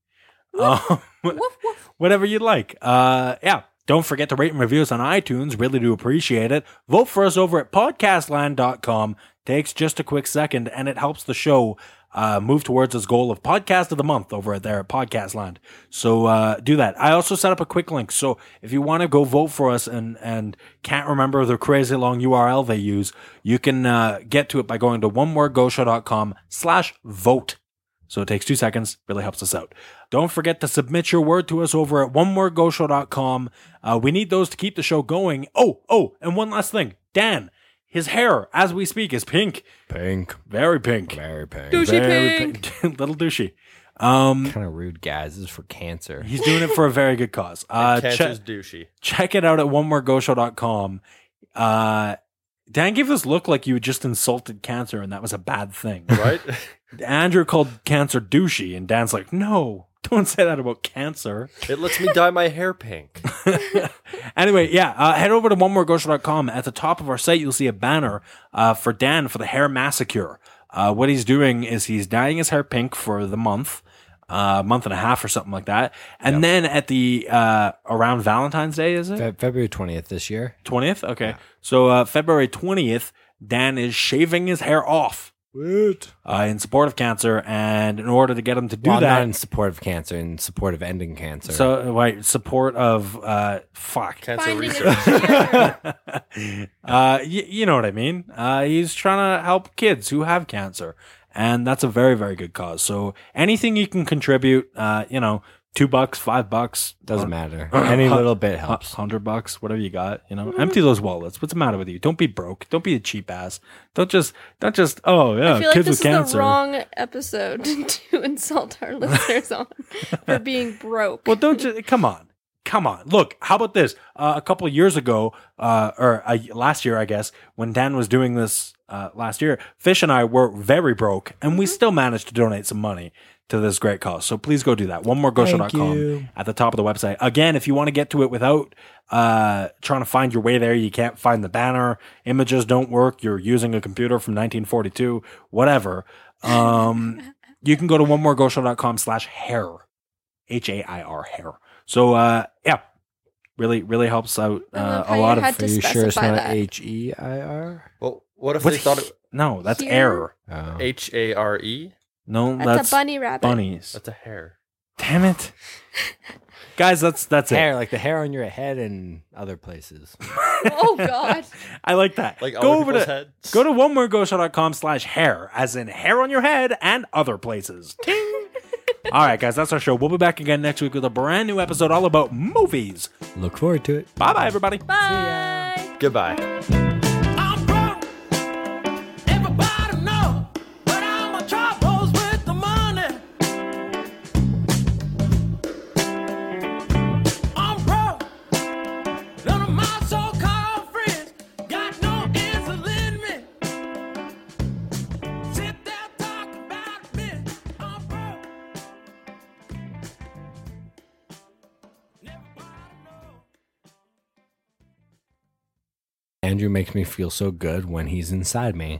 A: um,
E: Woof woof.
A: whatever you'd like. Uh, yeah, don't forget to rate and review us on iTunes. Really do appreciate it. Vote for us over at podcastland.com. Takes just a quick second, and it helps the show uh, move towards its goal of podcast of the month over there at Podcastland. So uh, do that. I also set up a quick link. So if you want to go vote for us and and can't remember the crazy long URL they use, you can uh, get to it by going to one onewordgoshow.com slash vote. So it takes two seconds, really helps us out. Don't forget to submit your word to us over at onemoregoshow.com. Uh, we need those to keep the show going. Oh, oh, and one last thing. Dan, his hair as we speak is pink.
D: Pink.
A: Very pink.
D: Very pink.
E: Douchey pink.
A: Little douchey. Um,
D: Kind of rude, guys. This is for cancer.
A: he's doing it for a very good cause. Uh,
B: Cancer's
A: che-
B: douchey.
A: check it out at onemoregoshow.com. Uh, Dan gave this look like you just insulted cancer and that was a bad thing.
B: Right?
A: Andrew called cancer douchey, and Dan's like, no, don't say that about cancer.
B: it lets me dye my hair pink.
A: anyway, yeah, uh, head over to onemoregosho.com. At the top of our site, you'll see a banner uh, for Dan for the hair massacre. Uh, what he's doing is he's dyeing his hair pink for the month, uh, month and a half or something like that. And then at the uh, around Valentine's Day, is it
D: Fe- February 20th this year.
A: twentieth? Okay, so uh, February twentieth, Dan is shaving his hair off
D: What?
A: uh, in support of cancer, and in order to get him to do
D: well,
A: that,
D: not in support of cancer, in support of ending cancer.
A: so wait, support of uh, fuck.
B: Cancer
E: Finding
B: research.
E: a cure.
A: uh, y- you know what I mean. Uh, he's trying to help kids who have cancer, and that's a very, very good cause. So anything you can contribute, uh, you know, two bucks, five bucks,
D: doesn't matter.
A: uh,
D: Any little bit helps.
A: hundred bucks, whatever you got, you know,
E: Mm-hmm.
A: empty those wallets. What's the matter with you? Don't be broke. Don't be a cheap ass. Don't just, don't just. Oh yeah,
E: I feel like
A: kids
E: this is
A: with cancer.
E: the wrong episode to insult our listeners on for being broke.
A: Well, don't you? Come on, come on. Look, how about this? Uh, a couple of years ago, uh, or uh, last year, I guess, when Dan was doing this uh, last year, Fish and I were very broke, and we still managed to donate some money to this great cause. So please go do that. One more
D: you.
A: at the top of the website. Again, if you want to get to it without uh, trying to find your way there, you can't find the banner. Images don't work. You're using a computer from 1942. Whatever. Um, you can go to one more com slash hair. H A I R hair. So uh yeah. Really really helps out
E: I love
A: uh,
E: how
A: a
E: you
A: lot of
E: had
D: Are
E: to
D: you sure it's
E: specify
D: not
E: that.
D: H E I R?
B: Well, what if
A: What
B: they thought it
A: No, that's
E: Here?
A: error.
D: Oh.
B: H A R E?
A: No,
E: That's,
A: that's,
E: a bunny rabbit.
A: bunnies.
B: That's a hair.
A: Damn it. Guys, that's that's
D: hair, like the hair on your head and other places.
A: it.
E: Oh, God.
A: I like that.
B: Like
A: go over to
B: heads.
A: go to one more slash hair, as in hair on your head and other places. Ting. all right, guys, that's our show. We'll be back again next week with a brand new episode all about movies.
D: Look forward to it.
A: Bye bye everybody.
E: Bye.
B: Goodbye.
F: I'm broke. Everybody know, but I'm a troubles with the money. I'm broke. None of my so-called friends got no answer in me. Sit there talking about me. I'm broke. Everybody know.
D: Andrew makes me feel so good when he's inside me.